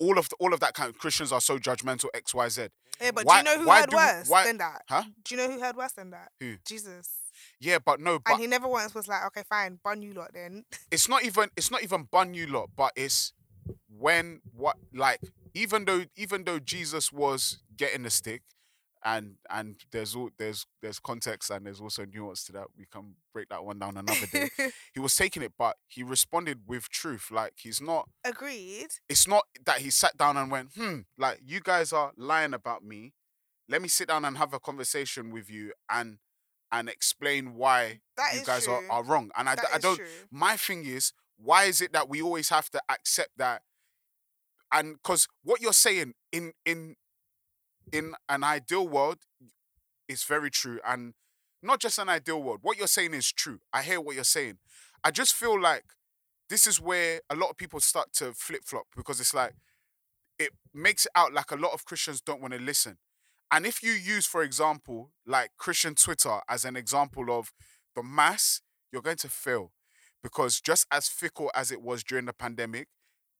S2: all of the, all of that kind. of Christians are so judgmental. X, Y, Z.
S3: yeah, but
S2: why-
S3: do you know who
S2: why
S3: heard
S2: do we-
S3: worse
S2: why-
S3: than that?
S2: Huh?
S3: Do you know who heard worse than that?
S2: Who?
S3: Jesus.
S2: Yeah, but no, but
S3: and he never once was like, okay, fine, bun you lot then.
S2: it's not even it's not even bun you lot, but it's when what like even though even though Jesus was getting the stick, and and there's all there's there's context and there's also nuance to that. We can break that one down another day. he was taking it, but he responded with truth. Like he's not.
S3: Agreed.
S2: It's not that he sat down and went, hmm, like you guys are lying about me. Let me sit down and have a conversation with you and and explain why
S3: That
S2: you
S3: is
S2: guys
S3: true.
S2: are, are wrong. And I, d-
S3: That
S2: I
S3: is
S2: don't
S3: true.
S2: my thing is, why is it that we always have to accept that? And because what you're saying in in in an ideal world is very true, and not just an ideal world. What you're saying is true. I hear what you're saying. I just feel like this is where a lot of people start to flip flop because it's like it makes it out like a lot of Christians don't want to listen. And if you use, for example, like Christian Twitter as an example of the mass, you're going to fail because just as fickle as it was during the pandemic,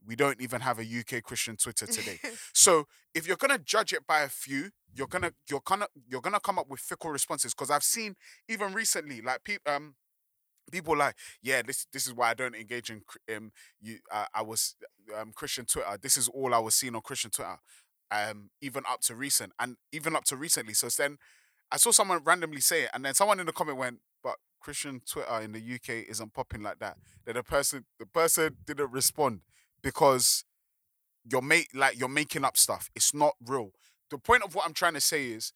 S2: we don't even have a UK Christian Twitter today. so if you're gonna judge it by a few, you're gonna you're gonna you're gonna come up with fickle responses because I've seen even recently like people um people like yeah this this is why I don't engage in Chr- um you uh, I was um Christian Twitter this is all I was seeing on Christian Twitter um even up to recent and even up to recently so it's then I saw someone randomly say it, and then someone in the comment went, "But Christian Twitter in the UK isn't popping like that." Then the person, the person didn't respond because you're make like you're making up stuff. It's not real. The point of what I'm trying to say is,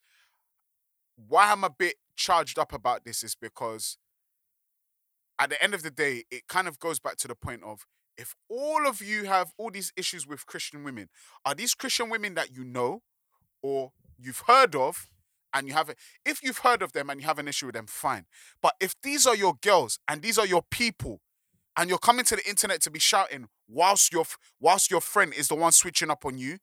S2: why I'm a bit charged up about this is because at the end of the day, it kind of goes back to the point of if all of you have all these issues with Christian women, are these Christian women that you know or you've heard of and you have a- if you've heard of them and you have an issue with them, fine. But if these are your girls and these are your people, and you're coming to the internet to be shouting whilst your f- whilst your friend is the one switching up on you,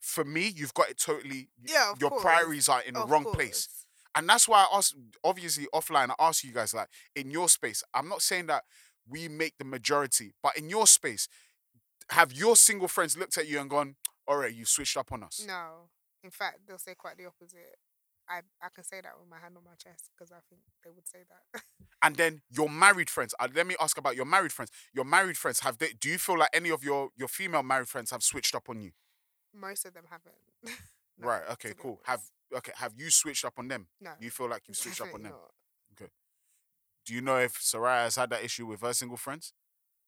S2: for me, you've got it totally.
S3: Yeah, of
S2: your
S3: course.
S2: priorities are in the
S3: Of
S2: wrong place.
S3: course.
S2: And that's why I asked, obviously, offline, I asked you guys, like, in your space, I'm not saying that we make the majority, but in your space, have your single friends looked at you and gone, all right, you switched up on us?
S3: No. In fact, they'll say quite the opposite. I, I can say that with my hand on my chest because I think they would say that.
S2: And then your married friends, uh, let me ask about your married friends. Your married friends, have they, do you feel like any of your, your female married friends have switched up on you?
S3: Most of them haven't. No,
S2: right,
S3: to
S2: okay,
S3: be
S2: cool.
S3: honest.
S2: Have, okay, have you switched up on them?
S3: no.
S2: You feel like you've switched up on them?
S3: definitely not.
S2: Do you know if Saraya has had that issue with her single friends?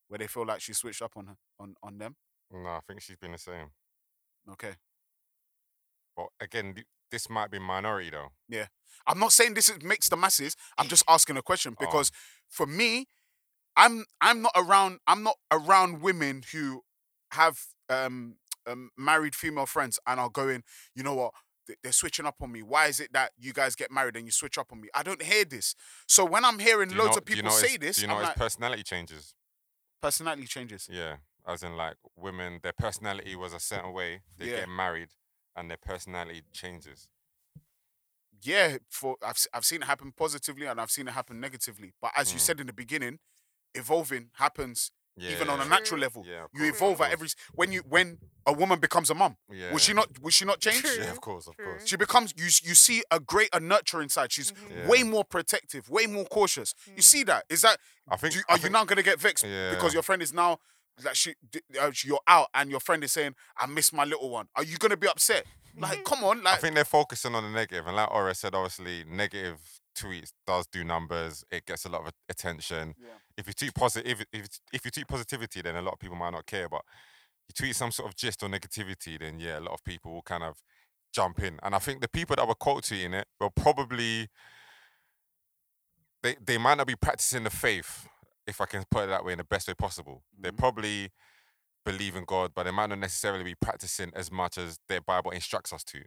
S2: Where they feel like she switched up on her, on, on them?
S1: No, I think she's been the same.
S2: Okay.
S1: But again, the- this might be minority though.
S2: I'm not saying this is, makes the masses. I'm just asking a
S1: Oh.
S2: question because for me, I'm I'm not around I'm not around women who have um, um married female friends and are going. You know what? They- They're switching up on me. Why is it that you guys get married and you switch up on me? I don't hear this. So when I'm hearing
S1: Do you
S2: loads
S1: know-
S2: of
S1: do you
S2: people
S1: know his-
S2: say this,
S1: Do you know
S2: I'm
S1: his
S2: like,
S1: personality changes?
S2: personality changes.
S1: Yeah, as in like women, their personality was a certain way. They
S2: Yeah.
S1: get married, and their personality changes.
S2: Yeah, for I've s- I've seen it happen positively and I've seen it happen negatively. But as you
S1: Mm.
S2: said in the beginning, evolving happens
S1: Yeah,
S2: even on a
S1: yeah,
S2: natural
S3: True.
S2: level.
S1: yeah, of
S2: You
S1: course, of
S2: evolve at
S1: course.
S2: every s- when you when a woman becomes a mum.
S1: Yeah.
S2: Will she not? Will she not change?
S3: True.
S1: Yeah, of course, of
S3: True.
S1: course.
S2: She becomes you. s- You see a greater nurturing side. She's
S1: Yeah.
S2: way more protective, way more cautious. You
S3: Mm-hmm. Mm.
S2: see that? Is that?
S1: I think.
S2: do you,
S1: I
S2: are you
S1: think-
S2: now gonna get vexed
S1: Yeah.
S2: because your friend is now like she? d- Uh, she- you're out and your friend is saying, "I miss my little one." Are you gonna be upset?
S3: Mm-hmm.
S2: Like, come on,
S1: I
S2: like
S1: think they're focusing on the negative, and like Aura said, obviously negative tweets does do numbers. It gets a lot of attention.
S2: Yeah.
S1: If you tweet positive, if if you tweet positivity, then a lot of people might not care. But you tweet some sort of gist or negativity, then yeah, a lot of people will kind of jump in. And I think the people that were quote tweeting it were probably they they might not be practicing the faith, if I can put it that way, in the best way possible. They
S2: Mhm.
S1: probably believe in God, but they might not necessarily be practicing as much as their Bible instructs us to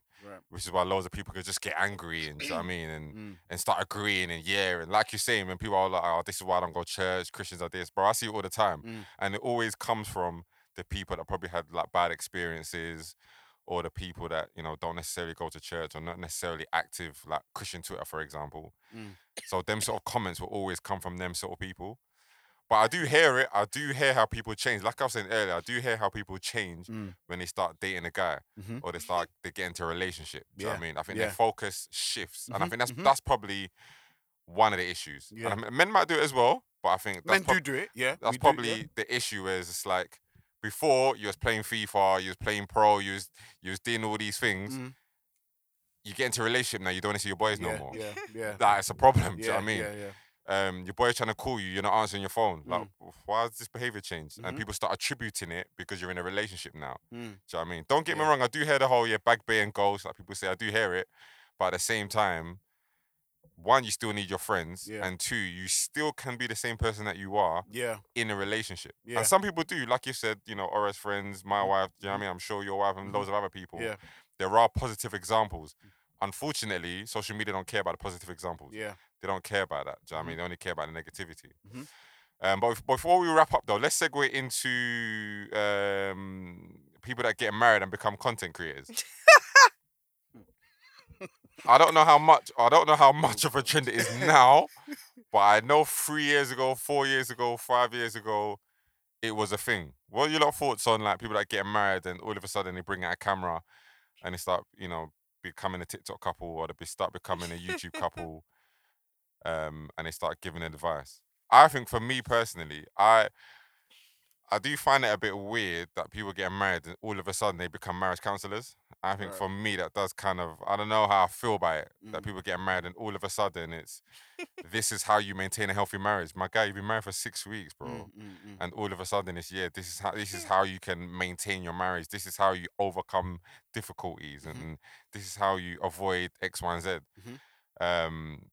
S1: which is why loads of people could just get angry and do you know what I mean and
S2: Mm.
S1: and start agreeing and yeah and like you're saying when people are like oh this is why I don't go to church Christians are this bro I see it all the time
S2: Mm.
S1: and it always comes from the people that probably had like bad experiences or the people that you know don't necessarily go to church or not necessarily active like Christian Twitter for example
S2: Mm.
S1: so them sort of comments will always come from them sort of people but I do hear it I do hear how people change like I was saying earlier I do hear how people change
S2: Mm.
S1: when they start dating a guy
S2: Mhm.
S1: or they start they get into a relationship. Do you know what I mean? I think
S2: yeah.
S1: their focus shifts. And I
S2: Mhm,
S1: think that's
S2: mhm.
S1: that's probably one of the issues.
S2: Yeah.
S1: And I mean, men might do it as well, but I think that's,
S2: men
S1: prob-
S2: do do it. Yeah,
S1: that's
S2: we do,
S1: probably
S2: yeah.
S1: the issue is it's like before you was playing FIFA, you was playing pro, you was you was doing all these things.
S2: Mm.
S1: You get into a relationship now, you don't want to see your boys
S2: yeah,
S1: no more.
S2: Yeah, yeah.
S1: That's a problem. do you know
S2: yeah,
S1: what I mean?
S2: Yeah, Mm. yeah.
S1: um, your boy's trying to call you, you're not answering your phone. Like, "Wh- why has this behavior changed?
S2: Mhm.
S1: And people start attributing it because you're in a relationship now. Do
S2: Mm.
S1: you know what I mean? Don't get me
S2: Yeah.
S1: wrong, I do hear the whole, yeah, back bay and goals, like people say, I do hear it. But at the same time, one, you still need your friends.
S2: Yeah.
S1: And two, you still can be the same person that you are
S2: Yeah,
S1: in a relationship.
S2: Yeah.
S1: And some people do, like you said, you know, Ora's friends, my
S2: Mhm.
S1: wife, do you know what I mean? I'm sure your wife and
S2: Mhm.
S1: loads of other people.
S2: Yeah. Mm.
S1: There are positive examples. Unfortunately, social media don't care about the positive examples
S2: yeah.
S1: they don't care about that. Do you know what I
S2: Mhm.
S1: mean? They only care about the negativity.
S2: Mhm.
S1: Um, but bef- before we wrap up, though, let's segue into um, people that get married and become content creators. I don't know how much I don't know how much of a trend it is now, but I know three years ago, four years ago, five years ago, it was a thing. What are your lot thoughts on like people that get married and all of a sudden they bring out a camera and they start, you know, becoming a TikTok couple or they be- start becoming a YouTube couple um, and they start giving advice. I think for me personally, I I do find it a bit weird that people get married and all of a sudden they become marriage counselors. I think
S2: Right.
S1: for me that does kind of I don't know how I feel about it that
S2: Mm.
S1: people get married and all of a sudden it's this is how you maintain a healthy marriage. My guy, you've been married for six weeks, bro
S2: Mm, mm, mm.
S1: and all of a sudden it's yeah this is how this is how you can maintain your marriage this is how you overcome difficulties
S2: Mhm.
S1: and this is how you avoid x y and z
S2: Mhm.
S1: um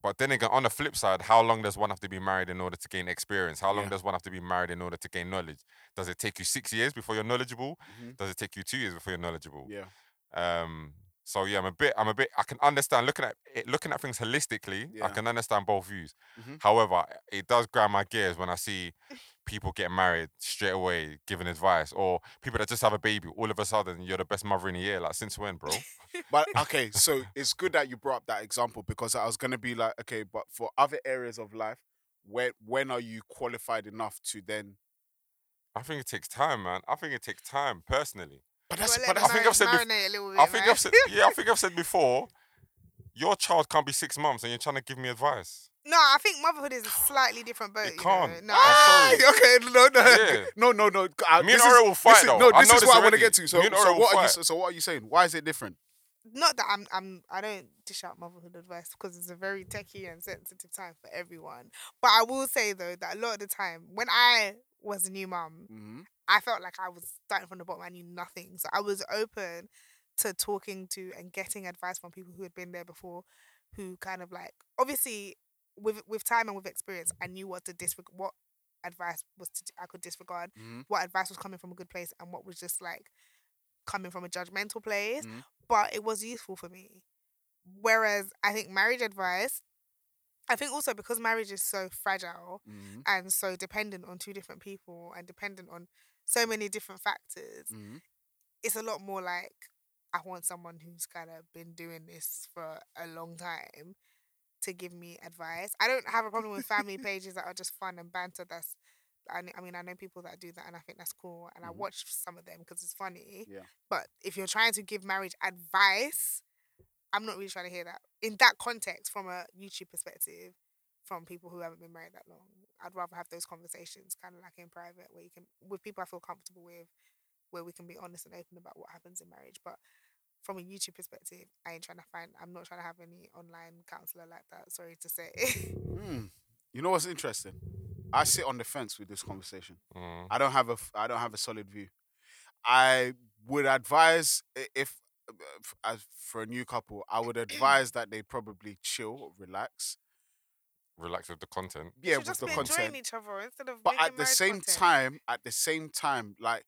S1: but then again on the flip side how long does one have to be married in order to gain experience how long
S2: Yeah.
S1: does one have to be married in order to gain knowledge does it take you six years before you're knowledgeable
S2: Mhm.
S1: does it take you two years before you're knowledgeable
S2: Yeah.
S1: um, so yeah, I'm a bit, I'm a bit, I can understand looking at it, looking at things holistically.
S2: Yeah.
S1: I can understand both views.
S2: Mhm.
S1: However, it does grind my gears when I see people get married straight away, giving advice, or people that just have a baby. All of a sudden, you're the best mother in the year. Like since when, bro?
S2: But okay, so it's good that you brought up that example because I was gonna be like, okay, but for other areas of life, when when are you qualified enough to then?
S1: I think it takes time, man. I think it takes time, personally.
S2: But
S3: Well,
S2: that's
S3: let
S2: but
S3: the
S1: I
S2: that's,
S1: think
S3: marriage
S1: I've said bef-
S3: marinate a little bit,
S1: I think
S3: man.
S1: I've said, yeah, I think I've said before. Your child can't be six months, and you're trying to give me advice.
S3: No, I think motherhood is a slightly different boat.
S1: It
S3: you know.
S1: can't.
S3: No,
S1: I'm
S3: I-
S1: sorry.
S2: Aye, okay, no, no,
S1: Yeah.
S2: no, no, no. uh,
S1: Me and
S2: this is-
S1: Aura will fight,
S2: this is-
S1: though.
S2: No,
S1: I
S2: this
S1: know
S2: is
S1: this
S2: what I want to
S1: already.
S2: get to. So,
S1: Me and Aura
S2: so
S1: will
S2: what are you?
S1: fight.
S2: So what are you saying? Why is it different?
S3: not that I'm I'm I don't dish out motherhood advice because it's a very techie and sensitive time for everyone. But I will say though that a lot of the time when I was a new mum,
S2: Mm-hmm.
S3: I felt like I was starting from the bottom. I knew nothing, so I was open to talking to and getting advice from people who had been there before, who kind of like obviously with with time and with experience, I knew what to disregard, what advice was to I could disregard,
S2: Mhm.
S3: what advice was coming from a good place, and what was just like coming from a judgmental place.
S2: Mhm.
S3: But it was useful for me. Whereas I think marriage advice, I think also because marriage is so fragile,
S2: Mm-hmm.
S3: and so dependent on two different people and dependent on so many different factors
S2: Mm-hmm.
S3: it's a lot more like i want someone who's kind of been doing this for a long time to give me advice i don't have a problem with family pages that are just fun and banter that's I kn- I mean, I know people that do that, and I think that's cool. And I
S2: Mhm.
S3: watch some of them because it's funny.
S2: Yeah.
S3: But if you're trying to give marriage advice, I'm not really trying to hear that in that context from a YouTube perspective from people who haven't been married that long. I'd rather have those conversations kind of like in private where you can with people I feel comfortable with where we can be honest and open about what happens in marriage. But from a YouTube perspective, I ain't trying to find I'm not trying to have any online counselor like that, sorry to say.
S2: Mm. You know what's interesting? I sit on the fence with this conversation.
S1: Mm.
S2: I don't have a f- I don't have a solid view. I would advise i- if f- as for a new couple, I would advise that they probably chill, relax.
S1: Relax with the content.
S2: Yeah,
S3: should
S2: with
S3: just
S2: the
S3: be
S2: content.
S3: enjoying each other instead of
S2: But
S3: making
S2: at the
S3: marriage
S2: same
S3: content.
S2: time, at the same time, like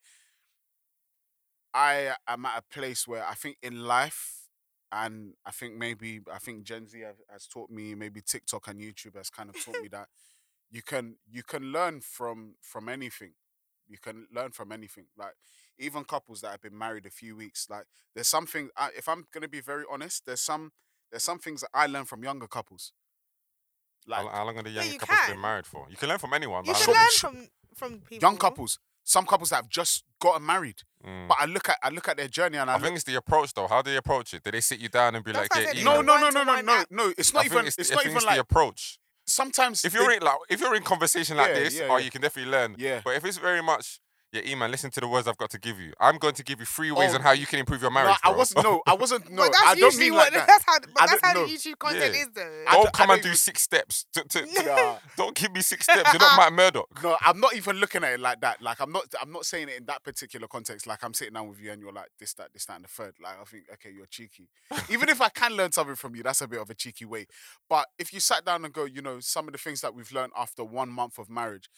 S2: I am at a place where I think in life, and I think maybe I think Gen Z have, has taught me, maybe TikTok and YouTube has kind of taught me that you can you can learn from from anything. You can learn from anything. Like even couples that have been married a few weeks. Like there's something. I, if I'm gonna be very honest, there's some there's some things that I learned from younger couples.
S1: How
S3: Oh,
S2: Like
S1: lo- how long have the young
S3: you
S1: couples been
S3: can.
S1: married for? You can learn from anyone.
S3: You
S1: but
S3: should
S1: how long-
S3: learn from from people.
S2: young couples, some couples that have just gotten married.
S1: Mm.
S2: But I look at I look at their journey and I,
S1: I
S2: look.
S1: think it's the approach though. How do they approach it? Did they sit you down and be
S3: That's
S1: like,
S3: why I
S1: yeah,
S3: said
S1: you
S3: it's
S2: No,
S1: know?
S2: no, no, no, no,
S3: one-to-one
S2: no,
S3: app.
S2: no. It's
S1: I
S2: not
S1: think
S2: even.
S1: it's,
S2: It's
S1: I
S2: not
S1: think
S2: even
S1: it's the
S2: like
S1: approach.
S2: sometimes.
S1: If you're
S2: they-
S1: in like, if you're in conversation like
S2: Yeah,
S1: this,
S2: yeah,
S1: oh,
S2: yeah.
S1: you can definitely learn.
S2: yeah,
S1: But if it's very much, yeah, Eman, listen to the words I've got to give you. I'm going to give you three ways
S2: Oh,
S1: on how you can improve your marriage.
S2: no, I
S1: bro.
S2: wasn't. No, I wasn't. No,
S3: but that's
S2: I don't
S3: usually
S2: mean
S3: what
S2: like that.
S3: that's how but
S2: I
S3: that's
S2: don't
S3: how
S2: know.
S3: the YouTube content
S1: Yeah.
S3: is though.
S2: I
S1: Don't
S2: don't- I
S1: come
S2: don't
S1: and do
S2: even-
S1: six steps. To, to, to-
S2: Nah,
S1: don't give me six steps. You're not Matt Murdoch.
S2: no, I'm not even looking at it like that. Like I'm not. I'm not saying it in that particular context. Like I'm sitting down with you and you're like this, that, this, that, and the third. Like I think, okay, you're cheeky. even if I can learn something from you, that's a bit of a cheeky way. But if you sat down and go, you know, some of the things that we've learned after one month of marriage.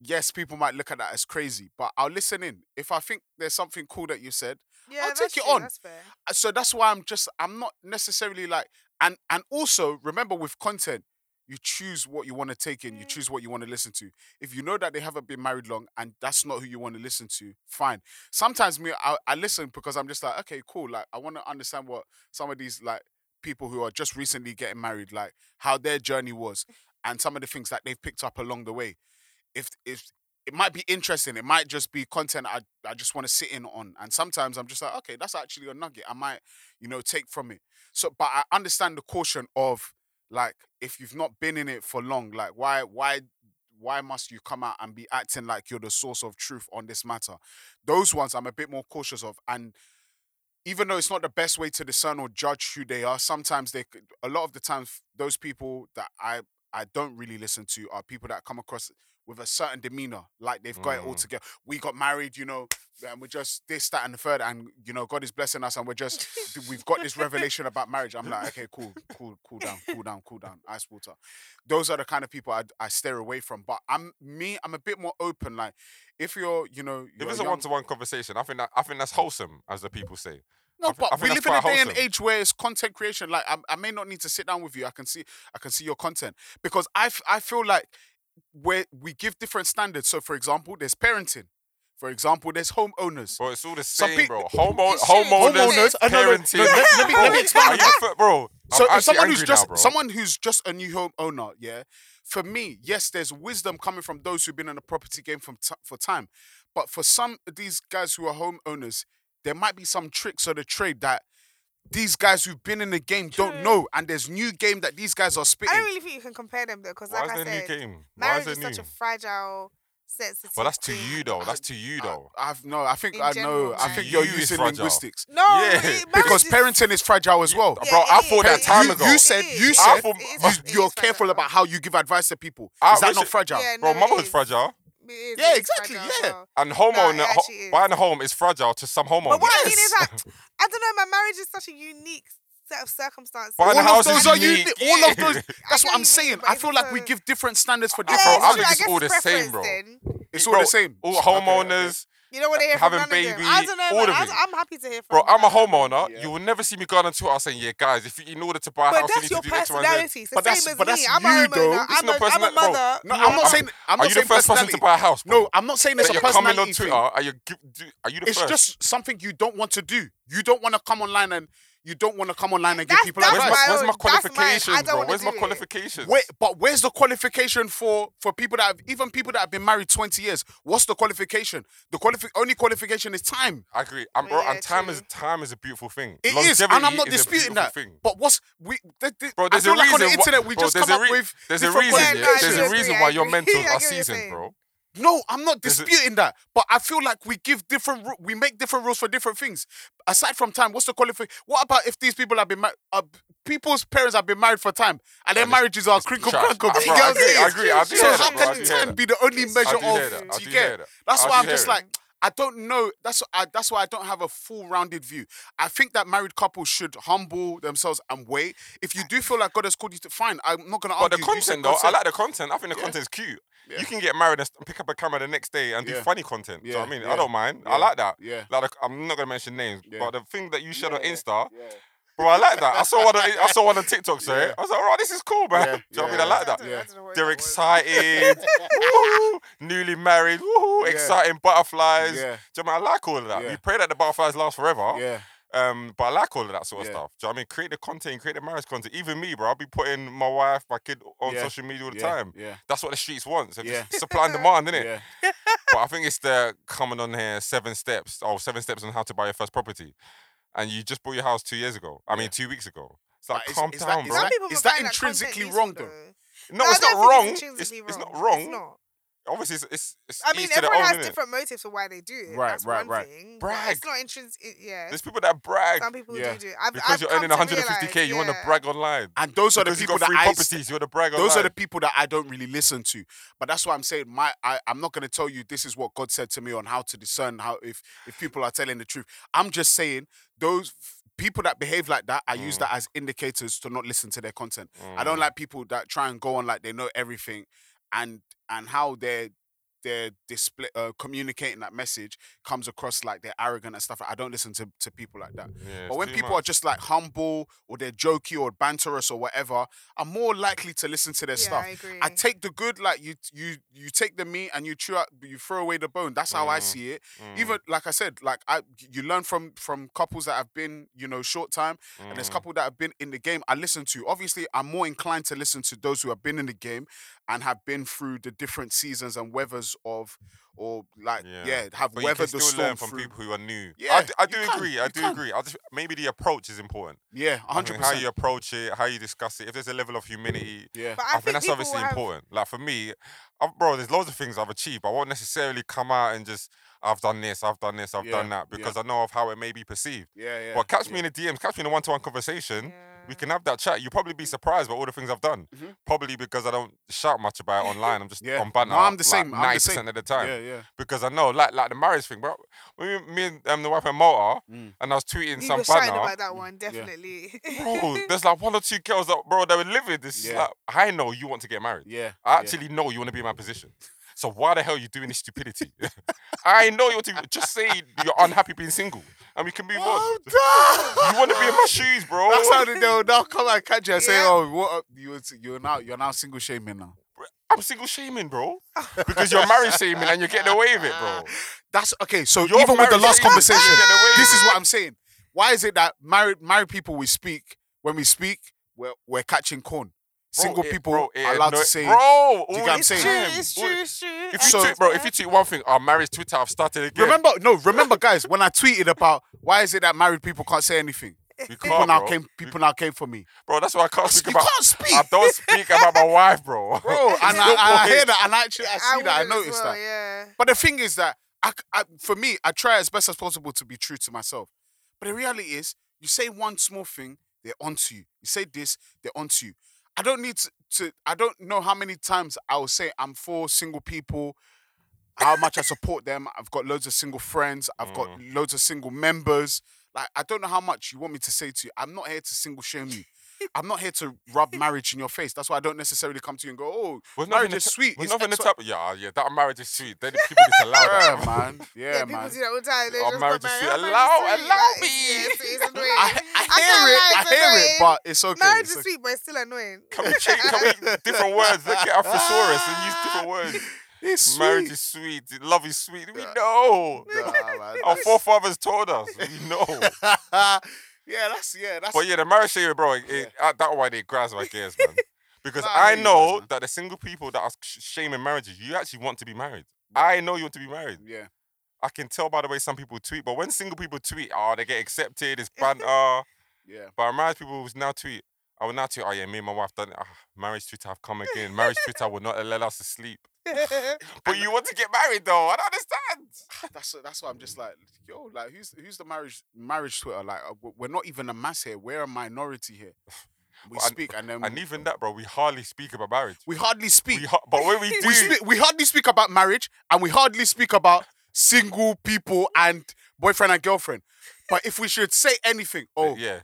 S2: Yes, people might look at that as crazy, but I'll listen in. If I think there's something cool that you said,
S3: yeah,
S2: I'll
S3: that's
S2: take it
S3: true,
S2: on.
S3: That's fair.
S2: Uh, so that's why I'm just I'm not necessarily like and and also remember with content you choose what you want to take in you
S3: Mm.
S2: choose what you want to listen to if you know that they haven't been married long and that's not who you want to listen to fine sometimes me I, I listen because I'm just like okay cool like I want to understand what some of these like people who are just recently getting married like how their journey was and some of the things that they've picked up along the way if if it might be interesting. It might just be content I, I just want to sit in on. And sometimes I'm just like, okay, that's actually a nugget. I might, you know, take from it. So, but I understand the caution of like, if you've not been in it for long, like why, why, why must you come out and be acting like you're the source of truth on this matter? Those ones I'm a bit more cautious of. And even though it's not the best way to discern or judge who they are, sometimes they, could- a lot of the times, those people that I, I don't really listen to are people that come across with a certain demeanor, like they've got it all
S1: Mm.
S2: together. We got married, you know, and we're just this, that, and the third, and you know, God is blessing us, and we're just th- we've got this revelation about marriage. I'm like, okay, cool, cool, cool down, cool down, cool down, ice water. Those are the kind of people I, I steer away from. But I'm me, I'm a bit more open. Like, if you're, you know,
S1: If
S2: you're
S1: it's
S2: a
S1: a
S2: young-
S1: one-to-one conversation, I think that, I think that's wholesome, as the people say. I
S2: no,
S1: thi- I
S2: but
S1: think
S2: we
S1: that's
S2: live in a
S1: quite
S2: day and
S1: wholesome.
S2: age where it's content creation. Like, I, I may not need to sit down with you. I can see, I can see your content because I, f- I feel like where we give different standards. So, for example, there's parenting. For example, there's homeowners.
S1: Bro, it's all the
S2: Some
S1: same,
S2: pe-
S1: bro. Homeown-
S3: It's shit.
S1: homeowners,
S3: Homeowners-
S2: uh, no, no, no,
S1: parenting.
S2: let- let me- let me explain
S1: Are you
S2: that.
S1: fi- bro?
S2: So,
S1: I'm actually
S2: if someone
S1: angry
S2: who's just
S1: now, bro.
S2: someone who's just a new home owner, yeah. For me, yes, there's wisdom coming from those who've been in the property game from t- for time, but for some of these guys who are homeowners, there might be some tricks of the trade that these guys who've been in the game don't
S3: True.
S2: know, and there's new game that these guys are
S3: I
S2: spitting.
S3: don't really think you can compare them though, because
S1: Why
S3: like
S1: is
S3: I
S1: there a new
S3: said,
S1: game? Why is
S3: marriage
S1: there
S3: is such
S1: new?
S3: a fragile, sensitive.
S1: Well, that's to
S3: thing.
S1: you though. That's to you
S2: I,
S1: though.
S2: I've no, I think
S3: In
S2: I
S3: general,
S2: know. I
S3: man.
S2: think you're
S1: You is
S2: using
S1: fragile.
S2: linguistics
S3: No,
S1: Yeah,
S3: it- marriage
S2: because
S3: is-
S2: parenting is fragile as well.
S1: Yeah, uh, Bro,
S3: it
S1: I
S3: is,
S1: thought that
S3: it
S1: time
S3: is,
S1: ago.
S2: You
S3: it
S2: said-
S3: is,
S2: you
S3: it
S2: said
S3: is, it is,
S1: you-
S3: it is
S2: You're careful
S3: fragile.
S2: about how you give advice to people.
S1: I
S2: Is that
S1: wish
S2: not
S1: it-
S2: fragile?
S3: Yeah,
S1: Bro,
S3: no,
S1: mama
S3: it
S1: was
S3: is.
S1: fragile.
S3: It is,
S2: Yeah,
S3: it is
S2: exactly,
S3: fragile as
S2: yeah.
S3: well.
S1: And homeowner,
S3: it
S1: ho-
S3: actually is.
S1: buying a home is fragile to some homeowners.
S3: But what I mean
S2: Yes.
S3: is that I don't know. My marriage is such a unique set of circumstances.
S1: But
S2: All
S1: And
S2: of
S1: how is
S2: those
S1: it
S2: are you.
S1: unique?
S2: All of those.
S1: I
S2: That's what
S3: get
S2: I'm
S3: you,
S2: saying.
S3: but
S2: I
S3: it's
S2: feel like we
S3: also-
S2: give different standards for
S1: Yeah,
S3: Yeah,
S1: bro,
S2: different.
S1: I
S3: it's
S1: think
S3: true.
S1: it's
S3: guess
S1: all the same,
S3: preference
S1: bro.
S3: then.
S2: It's all
S1: Bro,
S2: the same.
S1: All
S2: Okay, okay.
S1: homeowners,
S3: You don't want to hear from
S1: Having
S3: none of
S1: baby,
S3: them. I don't know.
S1: all
S3: man.
S1: of
S3: I
S1: it.
S3: I'm happy to hear from.
S1: bro. I'm a
S3: them.
S1: homeowner.
S2: Yeah.
S1: You will never see me going on Twitter saying, "Yeah, guys, if you, in order to buy a
S3: But
S1: house, you
S3: that's
S1: need
S3: your
S1: to do X, Y, and Z."
S3: personality. It's the
S2: But that's-
S3: same as
S2: but that's
S3: me. I'm
S2: you,
S3: a
S2: though.
S3: homeowner.
S2: It's
S3: I'm
S1: not
S3: a, I'm a
S1: personal- bro,
S3: mother.
S2: No,
S3: You
S2: I'm
S3: know?
S2: not saying. I'm
S1: Are
S2: not
S1: you the
S2: saying
S1: first person to
S2: personality.
S1: buy a house? Bro?
S2: No, I'm not saying it's
S1: that
S2: a
S1: you're coming on
S2: personality
S1: Twitter.
S2: thing.
S1: Are you? gi- Do, are you the
S2: It's
S1: first?
S2: just something you don't want to do. You don't want to come online and you don't want to come online and give
S3: That's-
S2: people
S3: that's
S1: Where's
S2: advice.
S1: my,
S3: my
S1: where's
S3: own.
S1: my
S3: That's mine. I
S1: qualifications,
S3: don't
S1: bro?
S3: wanna
S1: Where's
S3: do
S1: my
S3: it.
S1: qualifications?
S2: Wait, but where's the qualification for for people that have even people that have been married 20 years? What's the qualification? The qualifi- only qualification is time.
S1: I agree. And,
S3: But
S1: bro,
S3: yeah,
S1: and time is
S3: true.
S1: time is a beautiful thing.
S2: It is, and
S1: Longevity
S2: I'm not
S1: is a beautiful
S2: disputing that.
S1: Thing.
S2: But what's we? Th- th-
S1: Bro,
S2: I
S1: there's a
S2: feel like on
S1: reason
S2: the
S1: why-
S2: internet we
S1: bro,
S2: just
S1: there's
S2: come up
S1: a re-
S2: with.
S1: there's a
S2: different
S1: reason. yeah,
S3: Yeah, no, I
S1: there's
S3: do
S1: a
S3: agree,
S1: reason
S3: I
S1: why your
S3: agree.
S1: mentors
S3: I
S1: are
S3: get what you're
S1: seasoned,
S3: saying.
S1: bro.
S2: No, I'm not
S1: There's a-
S2: disputing that, but I feel like we give different ru- we make different rules for different things. Aside from time, what's the qualification? What about if these people have been married? Uh, people's parents have been married for time, and their
S1: And it's-
S2: marriages are crinkle
S1: trash.
S2: crankle.
S1: Ah, bro,
S2: Do you
S1: I
S2: get what I'm
S1: agree, I
S2: saying?
S1: agree, I do
S2: So
S1: hear
S2: how
S1: that, bro, I
S2: can
S1: do hear
S2: time
S1: that.
S2: be the only
S3: It's
S2: measure
S1: I do
S2: of?
S1: hear that. I
S2: do
S1: do
S2: you
S1: hear
S2: get?
S1: that.
S2: That's
S1: I
S2: why
S1: do
S2: I'm
S1: hear
S2: just
S1: that.
S2: like I don't know. That's I, that's why I don't have a full rounded view. I think that married couples should humble themselves and wait. If you do feel like God has called you to, fine. I'm not gonna argue.
S1: But the
S2: You said
S1: content
S2: God
S1: though, I
S2: said-
S1: like the content. I think the
S2: Yeah.
S1: content's cute.
S2: Yeah.
S1: You can get married and st- pick up a camera the next day and do
S2: Yeah.
S1: funny content. Do you know what I
S2: Yeah,
S1: mean?
S2: yeah,
S1: I don't mind.
S2: yeah,
S1: I like that.
S2: Yeah.
S1: Like, the- I'm not gonna mention names,
S2: Yeah.
S1: but the thing that you shared on
S2: Yeah, yeah,
S1: Insta,
S2: yeah.
S1: bro, I like that. I saw one. On, I saw one on TikTok. Sorry,
S2: Yeah.
S1: I was like, alright, this is cool, man. Do
S2: Yeah,
S1: you know what I
S2: yeah,
S1: mean? I like
S2: yeah.
S1: that.
S3: don't know- I don't know what
S1: They're
S3: that was.
S1: excited, woohoo, newly married, woohoo,
S2: Yeah.
S1: exciting butterflies. Do
S2: Yeah.
S1: you know what I mean? I like all of that.
S2: Yeah.
S1: We pray that the butterflies last forever.
S2: Yeah.
S1: Um, but I like all of that sort of
S2: Yeah.
S1: stuff. Do you know what I mean? Create the content, create the marriage content. Even me, bro, I'll be putting my wife, my kid on
S2: Yeah.
S1: social media all the
S2: yeah,
S1: time.
S2: Yeah.
S1: That's what the streets want. So
S2: Yeah.
S1: just supply and demand, innit?
S2: Yeah.
S1: But I think it's the coming on here seven steps. Oh, seven steps on how to buy your first property. And you just bought your house two years ago. I mean,
S2: Yeah.
S1: two weeks ago. It's like,
S2: But is-
S1: calm
S2: is that-
S1: down,
S2: is
S1: bro.
S3: Some people
S2: Is
S3: would
S2: that
S3: find content
S2: intrinsically
S3: useful,
S2: wrong, though?
S1: no,
S3: I
S1: it's not
S3: don't think
S1: wrong. It's,
S3: intrinsically
S1: it's not
S3: wrong.
S1: wrong.
S3: It's not.
S1: Obviously, it's, it's, it's
S3: I
S1: each
S3: mean,
S1: to their
S3: everyone
S1: own,
S3: has
S1: innit?
S3: different motives for why they do it.
S2: Right,
S3: That's
S2: right,
S3: one
S2: right.
S3: Thing, but
S1: Brag.
S3: It's not intrinsic. Yeah.
S1: There's people that brag
S3: Some people
S2: Yeah.
S3: do do. it. I've,
S1: because
S3: I've
S1: you're
S3: come
S1: earning
S3: to
S1: 150k.
S3: realize,
S1: you want to
S3: yeah.
S1: brag online.
S2: And those are the
S1: because you
S2: people
S1: got
S2: that
S1: free
S2: I.
S1: properties. you want to brag online.
S2: Those are the people that I don't really listen to. But that's why I'm saying my I, I'm not gonna tell you this is what God said to me on how to discern how if if people are telling the truth. I'm just saying those f- people that behave like that, I use
S1: Mm.
S2: that as indicators to not listen to their content. I don't like people that try and go on like they know everything and and how they're they're display uh, communicating that message comes across like they're arrogant and stuff. I don't listen to, to people like that. But when people are just like humble or they're jokey or banterous or whatever, I'm more likely to listen to their
S3: yeah,
S2: stuff.
S3: I agree.
S2: I take the good, like you, you, you take the meat and you chew out, you throw away the bone. That's how I
S1: Mm,
S2: see it. Even like I said, like I, you learn from from couples that have been, you know, short time, and
S1: Mm.
S2: there's couple that have been in the game. I listen to. Obviously, I'm more inclined to listen to those who have been in the game and have been through the different seasons and weathers of, or like,
S1: Yeah.
S2: yeah, have
S1: But you
S2: weathered
S1: can
S2: the
S1: still
S2: storm
S1: learn from
S2: through.
S1: people who are new.
S2: Yeah,
S1: I, d- I
S2: you
S1: do
S2: can,
S1: agree. I
S2: you
S1: do
S2: can.
S1: agree. I just, maybe the approach is important.
S2: Yeah,
S1: I think
S2: hundred
S1: How you
S2: percent.
S1: approach it, how you discuss it. If there's a level of humility,
S2: Yeah,
S3: but
S1: I,
S3: I,
S1: think that's
S3: people
S1: obviously
S3: will have-
S1: important. Like for me, i bro, there's loads of things I've achieved. I won't necessarily come out and just I've done this, I've done this, I've
S2: Yeah,
S1: done that
S2: yeah.
S1: because I know of how it may be perceived.
S2: yeah, yeah.
S1: But catch
S2: yeah.
S1: me in the DMs, catch me in a one-to-one conversation. We
S3: Yeah.
S1: can have that chat. You'll probably be surprised by all the things I've done.
S2: Mhm.
S1: Probably because I don't shout much about it online. I'm just
S2: Yeah.
S1: on banner.
S2: No, I'm the
S1: like,
S2: same. I'm the
S1: 90%
S2: same.
S1: of the time
S2: Yeah, yeah.
S1: because I know, like, like the marriage thing, bro. When we, me and um, the wife and Malta,
S2: Mm.
S1: and I was tweeting
S3: You
S1: some
S3: were shouting
S1: banner.
S3: about that one, definitely.
S1: Bro, there's like one or two girls that, bro, they were living this.
S2: Yeah.
S1: Like, I know you want to get married.
S2: Yeah.
S1: I actually know you want to be in my position. So why the hell are you doing this stupidity? I know you want to just say you're unhappy being single, and we can move on. You want to be in my shoes, bro.
S2: That's how they, they'll now come and catch you and say,
S3: Yeah.
S2: "Oh, what up? you you're now you're now single shaming now."
S1: I'm single shaming, bro, because you're marriage shaming and you're getting away with it, bro.
S2: That's okay. So
S1: Your
S2: even with the
S1: marriage
S2: last
S1: is-
S2: conversation,
S1: Yeah, the way-
S2: this is what I'm saying. Why is it that married married people we speak when we speak we're we're catching corn?
S1: Bro,
S2: Single
S1: it-
S2: people
S1: bro, it
S2: are allowed
S1: anno-
S2: to say.
S1: bro. All
S2: you get
S1: the
S2: what I'm saying?
S1: time.
S3: True, it's
S1: All-
S3: true, it's true.
S1: If you
S2: So-
S1: tweet, bro, if you tweet one thing, our marriage Twitter, I've started again.
S2: Remember, no, remember, guys, when I tweeted about why is it that married people can't say anything?
S1: You
S2: People
S1: can't,
S2: now
S1: bro.
S2: came.
S1: You-
S2: People now came for me.
S1: bro, that's why I can't speak
S2: You
S1: about.
S2: can't speak.
S1: I don't speak about my wife, bro.
S2: bro. And I, and I hear that, and I actually I see
S3: I
S2: that. I
S3: wouldn't as
S2: noticed
S3: well,
S2: that.
S3: Yeah.
S2: But the thing is that I, c- I- for me, I try as best as possible to be true to myself. But the reality is, you say one small thing, they're onto you. You say this, they're onto you. I don't need to. to I don't know how many times I will say I'm for single people.
S1: Mm.
S2: How much I support them. I've got loads of single friends. I've got loads of single members. Like, I don't know how much you want me to say to you. I'm not here to single shame you. I'm not here to rub marriage in your face. That's why I don't necessarily come to you and go, oh,
S1: We're not
S2: marriage
S1: gonna
S2: is
S1: ta-
S2: sweet.
S1: We're
S2: it's
S1: not going to
S2: XY."
S1: tap. Yeah, yeah, that marriage is sweet. Then people need to allow that.
S2: Yeah, man. Yeah,
S3: yeah, people
S2: man.
S3: do that all the time. They
S1: Our
S3: just
S1: marriage is
S3: got married.
S1: sweet.
S3: Our
S1: Allow-
S3: marriage is sweet.
S1: allow
S3: Like,
S1: me.
S3: yeah, it's, it's annoying.
S2: I, I hear
S3: can't lie,
S2: it. I
S3: it's
S2: hear
S3: annoying.
S2: it, but it's okay.
S3: Marriage
S2: it's
S3: is
S2: okay.
S3: sweet, but it's still annoying.
S1: Can we change? Can we different words? Look at our thesaurus and use different words.
S2: It's sweet.
S1: Marriage is sweet. Love is sweet. We
S2: Yeah.
S1: know.
S2: Nah, man,
S1: Our
S2: that's-
S1: forefathers told us. We know.
S2: yeah, that's yeah, that's
S1: But yeah, the marriage shit, bro. It,
S2: Yeah.
S1: uh, that why they grasp my gears, man. Because
S2: Nah, I
S1: I
S2: hear you guys,
S1: know
S2: man.
S1: that the single people that are sh- shaming marriages, you actually want to be married.
S2: Yeah.
S1: I know you want to be married.
S2: yeah.
S1: I can tell by the way some people tweet, but when single people tweet, oh, they get accepted, it's banter.
S2: Yeah.
S1: but married people who's now tweet, I will now tweet, oh yeah, me and my wife done it. Ah, marriage Twitter have come again. Marriage Twitter will not allow us to sleep. But you want to get married though. I don't understand.
S2: That's that's why I'm just like, yo, like who's who's the marriage marriage Twitter? Like uh, we're not even a mass here. We're a minority here. We
S1: Well, and-
S2: speak and then
S1: And even that, bro, we hardly speak about marriage.
S2: we hardly
S1: We
S2: speak.
S1: ha- but when we do, uh,
S2: we, speak, we hardly speak about marriage and we hardly speak about single people and boyfriend and girlfriend. But if we should say anything, oh,
S1: yeah,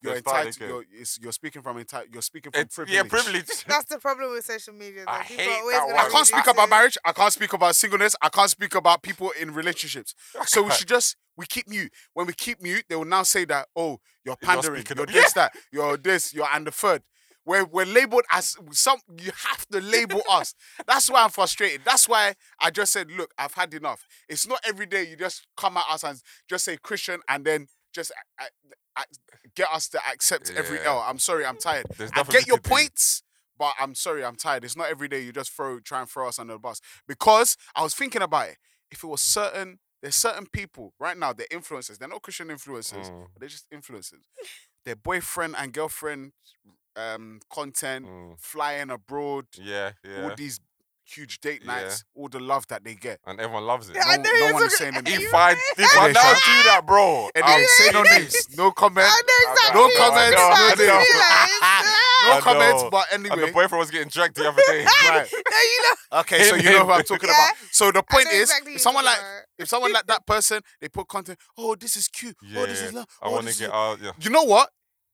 S2: you're
S1: it's fine,
S2: entitled.
S1: okay.
S2: You're, it's, you're speaking from entitled. You're speaking from
S1: It's-
S2: privilege.
S1: yeah, privilege.
S3: That's the problem with social media. Though.
S1: I
S3: People
S1: hate
S3: are always
S1: that
S3: gonna
S1: one.
S2: I
S3: be
S2: can't speak
S3: using-
S2: about marriage. I can't speak about singleness. I can't speak about people in relationships. So we should just we keep mute. When we keep mute, they will now say that oh
S1: You're
S2: you're
S1: not
S2: pandering,
S1: speaking
S2: you're
S1: up."
S2: this that, you're this, you're and the third. We're, we're labeled as some. You have to label us. That's why I'm frustrated. That's why I just said, look, I've had enough. It's not every day you just come at us and just say Christian and then just a- a- a- get us to accept every
S1: Yeah.
S2: L. I'm sorry, I'm tired.
S1: There's
S2: I
S1: nothing
S2: get
S1: we
S2: your
S1: could do.
S2: points, but I'm sorry, I'm tired. It's not every day you just throw try and throw us under the bus. Because I was thinking about it. If it was certain, there's certain people right now, they're influencers. They're not Christian influencers,
S1: Mm.
S2: they're just influencers. Their boyfriend and girlfriend um content,
S1: Mm.
S2: flying abroad,
S1: yeah, yeah.
S2: all these huge date
S1: Yeah.
S2: nights, all the love that they get.
S1: And everyone loves it.
S3: Yeah, I
S2: No-
S3: know
S2: no
S3: you're
S2: one is
S3: talking-
S2: saying
S3: Are
S2: anything.
S3: you
S1: If I,
S3: right?
S1: if I
S2: Anyway,
S1: now
S2: shut
S1: do that, bro,
S2: Anyway,
S1: I'm
S2: say no
S1: saying it.
S2: names, no comment.
S3: I know exactly.
S1: No
S3: what
S1: comments, no
S3: you're about to
S1: comments.
S3: be like.
S1: I
S2: No
S1: know.
S2: comments, but
S1: And the
S2: anyway.
S1: boyfriend was getting dragged the other day.
S2: Right.
S3: No, you know.
S2: Okay, so
S1: Him,
S2: you know who
S1: him.
S2: I'm talking
S3: Yeah.
S2: about. So the point
S3: know
S2: is,
S3: exactly who
S2: if someone
S3: you're
S2: like
S3: talking about.
S2: if someone like that person, they put content. Oh, this is cute. Oh, this is
S1: Yeah,
S2: love.
S1: I
S2: oh,
S1: want
S2: this
S1: to
S2: is
S1: get
S2: lo-"
S1: out. Yeah.
S2: You know what?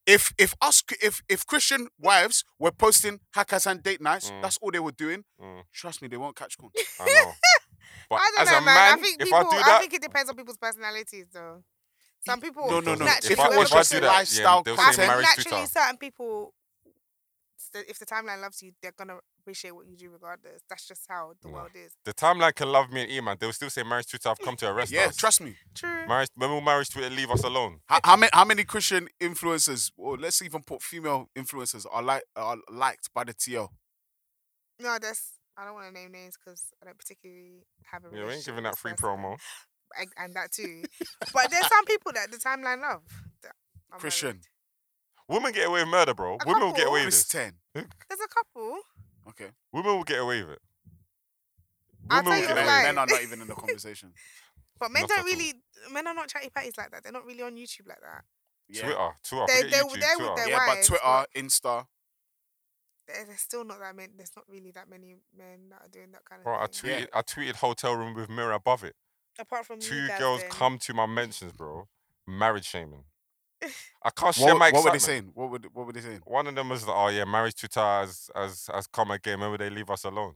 S2: If if us if if Christian wives were posting hackers and date nights,
S1: Mm.
S2: that's all they were doing.
S1: Mm.
S2: Trust me, they won't catch on.
S1: I know. But
S3: I don't
S1: as
S3: know,
S1: a
S3: man.
S1: man,
S3: I think
S1: if
S3: people.
S1: I do that,
S3: think it depends on people's personalities, though. Some people.
S2: No, no, no.
S1: Naturally,
S2: If
S1: I-
S2: it was
S1: I
S2: just
S1: do that,
S2: lifestyle
S1: they'll say
S2: content-
S1: marriage
S3: naturally,
S1: Twitter.
S3: certain people, s- the- if the timeline loves you, they're gonna appreciate what you do regardless. That's just how the
S1: Nah.
S3: world is.
S1: The timeline can love me and eat, man. They'll still say marriage Twitter have come to arrest
S2: Yeah,
S1: us.
S2: trust me.
S3: True.
S1: Marriage, when will marriage Twitter leave us alone?
S2: How, how many how many Christian influencers, or let's even put female influencers, are like are liked by the TL?
S3: No, that's. I don't want to name names because I don't particularly have a.
S1: Yeah, we ain't
S3: relationship
S1: giving
S3: with
S1: that
S3: this
S1: free
S3: person.
S1: promo.
S3: Ex- and that too. but there's some people that the timeline love. that are married.
S2: Christian,
S1: Women get away with murder, bro.
S3: A
S1: Women will get
S3: couple.
S1: away with this.
S2: Christian.
S3: There's a couple.
S2: Okay,
S1: Women will get away with it.
S3: I'll
S1: Women will
S3: tell
S1: get
S3: you
S1: away
S3: a
S1: with
S3: lie.
S1: it.
S2: men are not even in the conversation.
S3: But men
S1: Not at
S3: don't
S1: all.
S3: really, men are not chatty patties like that. They're not really on YouTube like that.
S2: Yeah,
S1: Twitter, Twitter.
S3: They-
S1: forget YouTube,
S3: they- they would-
S1: Twitter.
S3: they
S2: yeah, but
S3: wives,
S2: Twitter,
S3: but-
S2: Insta.
S3: There- There's still not that many. There's not really that many men that are doing that kind of
S1: Bro, I
S3: thing.
S1: tweeted, I tweeted hotel room with mirror above it.
S3: Apart from you
S1: Two
S3: guys
S1: girls
S3: then.
S1: come to my mentions, bro. Marriage shaming. I can't share
S2: What,
S1: my
S2: were-
S1: excitement.
S2: what were they saying? What were, they- what were they saying?
S1: One of them was, oh yeah, marriage Twitter has, has, has come again. Maybe they leave us alone.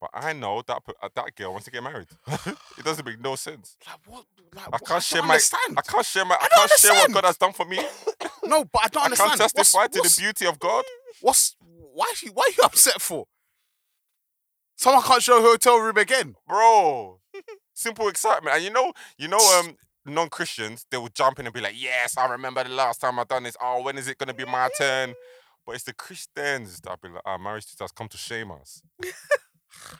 S1: But I know that p- uh, that girl wants to get married. it doesn't make no sense.
S2: Like what? Like,
S1: I
S2: what-
S1: can't share
S2: don't
S1: my.
S2: Understand.
S1: I can't share my. I,
S2: don't
S1: can't share what
S2: understand.
S1: God has done for me.
S2: No, but I don't
S1: I
S2: understand.
S1: can't testify
S2: what's,
S1: to
S2: what's,
S1: the beauty of God.
S2: What's why? Are you, why are you upset for? Someone can't show hotel room again.
S1: bro. Simple excitement, and you know, you know, um, non-Christians they will jump in and be like, "Yes, I remember the last time I done this. Oh, when is it gonna be my turn?" But it's the Christians that be like, "Ah, marriage has come to shame us."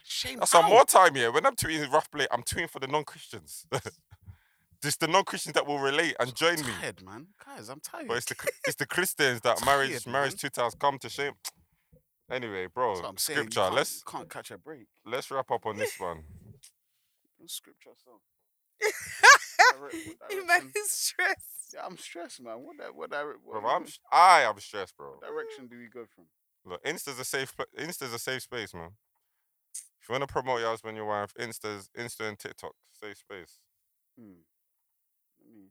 S2: Shame.
S1: That's
S2: how?
S1: some more time here. When I'm tweeting rough play, I'm tweeting for the non-Christians. it's the non-Christians that will relate and join me.
S2: Tired, man. Guys, I'm tired.
S1: But it's the it's the Christians that marriage
S2: Tired,
S1: marriage
S2: man.
S1: Twitter has come to shame. Anyway, bro,
S2: That's what I'm saying. You
S1: scripture.
S2: can't,
S1: Let's
S2: you can't catch a break.
S1: let's wrap up on this one.
S2: It's Scripture, so. Direct- what
S3: Man
S2: direction-
S3: is stressed.
S2: yeah, I'm stressed, man. What that? What, dire- what,
S1: Bro, I'm
S2: what
S1: I am stressed, bro.
S2: direction do we go from?
S1: Look, Insta's a safe pla- Insta's a safe space, man. If you want to promote your husband, your wife, Insta's Insta and TikTok, safe space.
S2: Hmm. Let me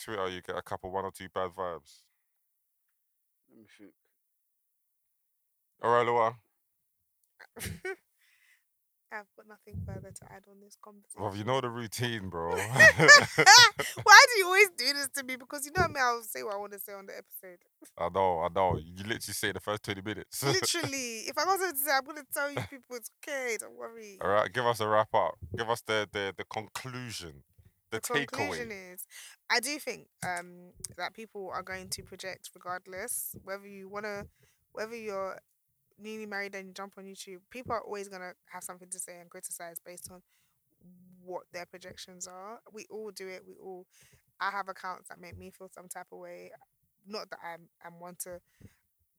S1: Twitter, you get a couple, one or two bad vibes.
S2: Let me think.
S1: All right, Laura.
S3: I've got nothing further to add on this conversation.
S1: Well, you know the routine, bro.
S3: Why do you always do this to me? Because you know me, I'll say what I want to say on the episode.
S1: I know, I know. You literally say the first 20 minutes.
S3: Literally, if I got something to say, I'm gonna tell you people it's okay. Don't worry.
S1: All right, give us a wrap up. Give us the the, the conclusion, the,
S3: conclusion
S1: takeaway.
S3: is, I do think um that people are going to project regardless whether you wanna, whether you're newly married and you jump on YouTube. People are always gonna have something to say and criticize based on what their projections are. We all do it. We all. I have accounts that make me feel some type of way. Not that I'm I'm one to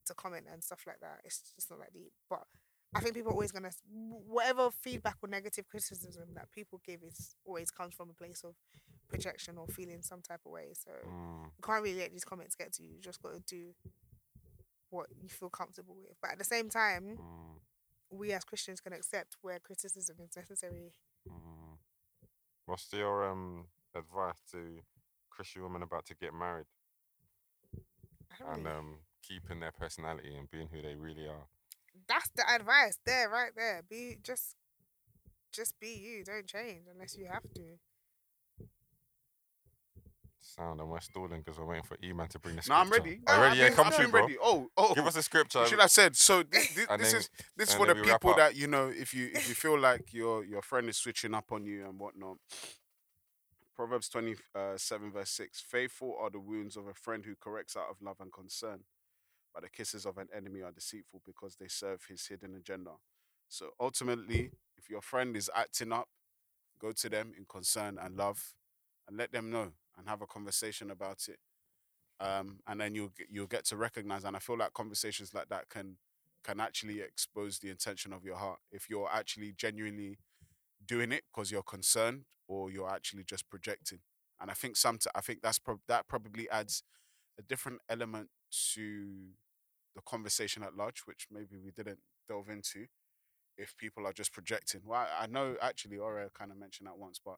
S3: to comment and stuff like that. It's just not that deep, but. I think people are always gonna whatever feedback or negative criticism that people give is always comes from a place of projection or feeling some type of way. So
S1: Mm,
S3: you can't really let these comments get to you. You just gotta do what you feel comfortable with. But at the same
S2: Hmm?
S3: time,
S1: mm,
S3: we as Christians can accept where criticism is necessary.
S1: mm. What's your um advice to Christian women about to get married
S3: I don't
S1: and
S3: really-
S1: um keeping their personality and being who they really are?
S3: That's the advice there, right there. Be just just be you, don't change unless you have to.
S1: Sound and we're stalling because we're waiting for E-Man to bring the
S2: No,
S1: scripture.
S2: I'm ready.
S1: Are you
S2: No,
S1: ready?
S2: I've
S1: Yeah,
S2: been-
S1: come
S2: I've
S1: through,
S2: been
S1: bro.
S2: ready. Oh, oh.
S1: Give us a scripture.
S2: should I said so. This, this,
S1: and then-
S2: is this is
S1: and
S2: for the
S1: then we wrap
S2: people
S1: up.
S2: that you know. If you if you feel like your your friend is switching up on you and whatnot, Proverbs twenty uh, seven verse six: Faithful are the wounds of a friend who corrects out of love and concern, but the kisses of an enemy are deceitful because they serve his hidden agenda. So ultimately, if your friend is acting up, go to them in concern and love, and let them know and have a conversation about it. Um, and then you'll get- you'll get to recognize. And I feel like conversations like that can can actually expose the intention of your heart if you're actually genuinely doing it because you're concerned or you're actually just projecting. And I think some I think that's prob that probably adds a different element to the conversation at large, which maybe we didn't delve into. If people are just projecting, well, I I know actually Aura kind of mentioned that once, but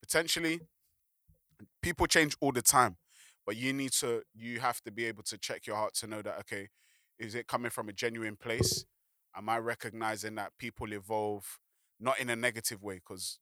S2: potentially people change all the time. But you need to, you have to be able to check your heart to know that okay, is it coming from a genuine place? Am I recognizing that people evolve not in a negative way? Because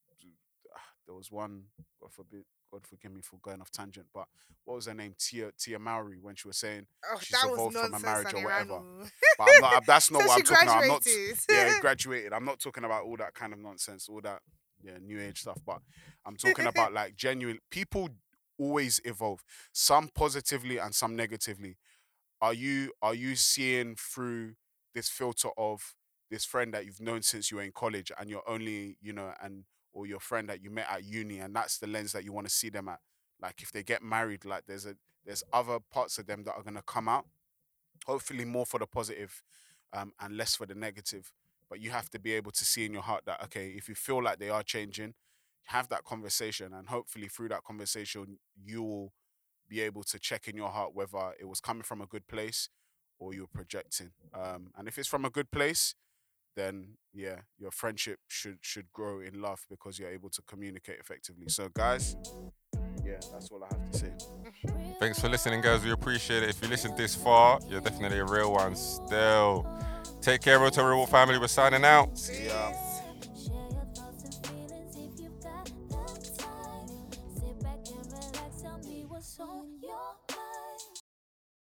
S2: there was one, God forbid, God forgive me for going off tangent, but what was her name? Tia Tia Mowry when she was saying,
S3: Oh,
S2: She's
S3: that was
S2: evolved from a
S3: nonsense.
S2: marriage
S3: and
S2: or
S3: it ran
S2: whatever.
S3: all-
S2: but I'm not, that's not
S3: So
S2: what
S3: she
S2: I'm talking about. I'm not,
S3: graduated.
S2: yeah, he graduated. I'm not talking about all that kind of nonsense, all that yeah, new age stuff, but I'm talking about like genuine people always evolve, some positively and some negatively. Are you are you seeing through this filter of this friend that you've known since you were in college and you're only, you know, and or your friend that you met at uni and that's the lens that you want to see them at? Like if they get married, like there's a there's other parts of them that are gonna come out. Hopefully more for the positive um, and less for the negative. But you have to be able to see in your heart that okay, if you feel like they are changing, have that conversation, and hopefully through that conversation, you will be able to check in your heart whether it was coming from a good place or you're projecting. Um, and if it's from a good place, then yeah, your friendship should should grow in love because you're able to communicate effectively. So guys, yeah, that's all I have to say.
S1: Thanks for listening, guys. We appreciate it. If you listened this far, you're definitely a real one still. Take care, Roto Reward family. We're signing out.
S3: Jeez.
S5: Share your thoughts and feelings if you've got the time. Sit back and relax, tell me what's on your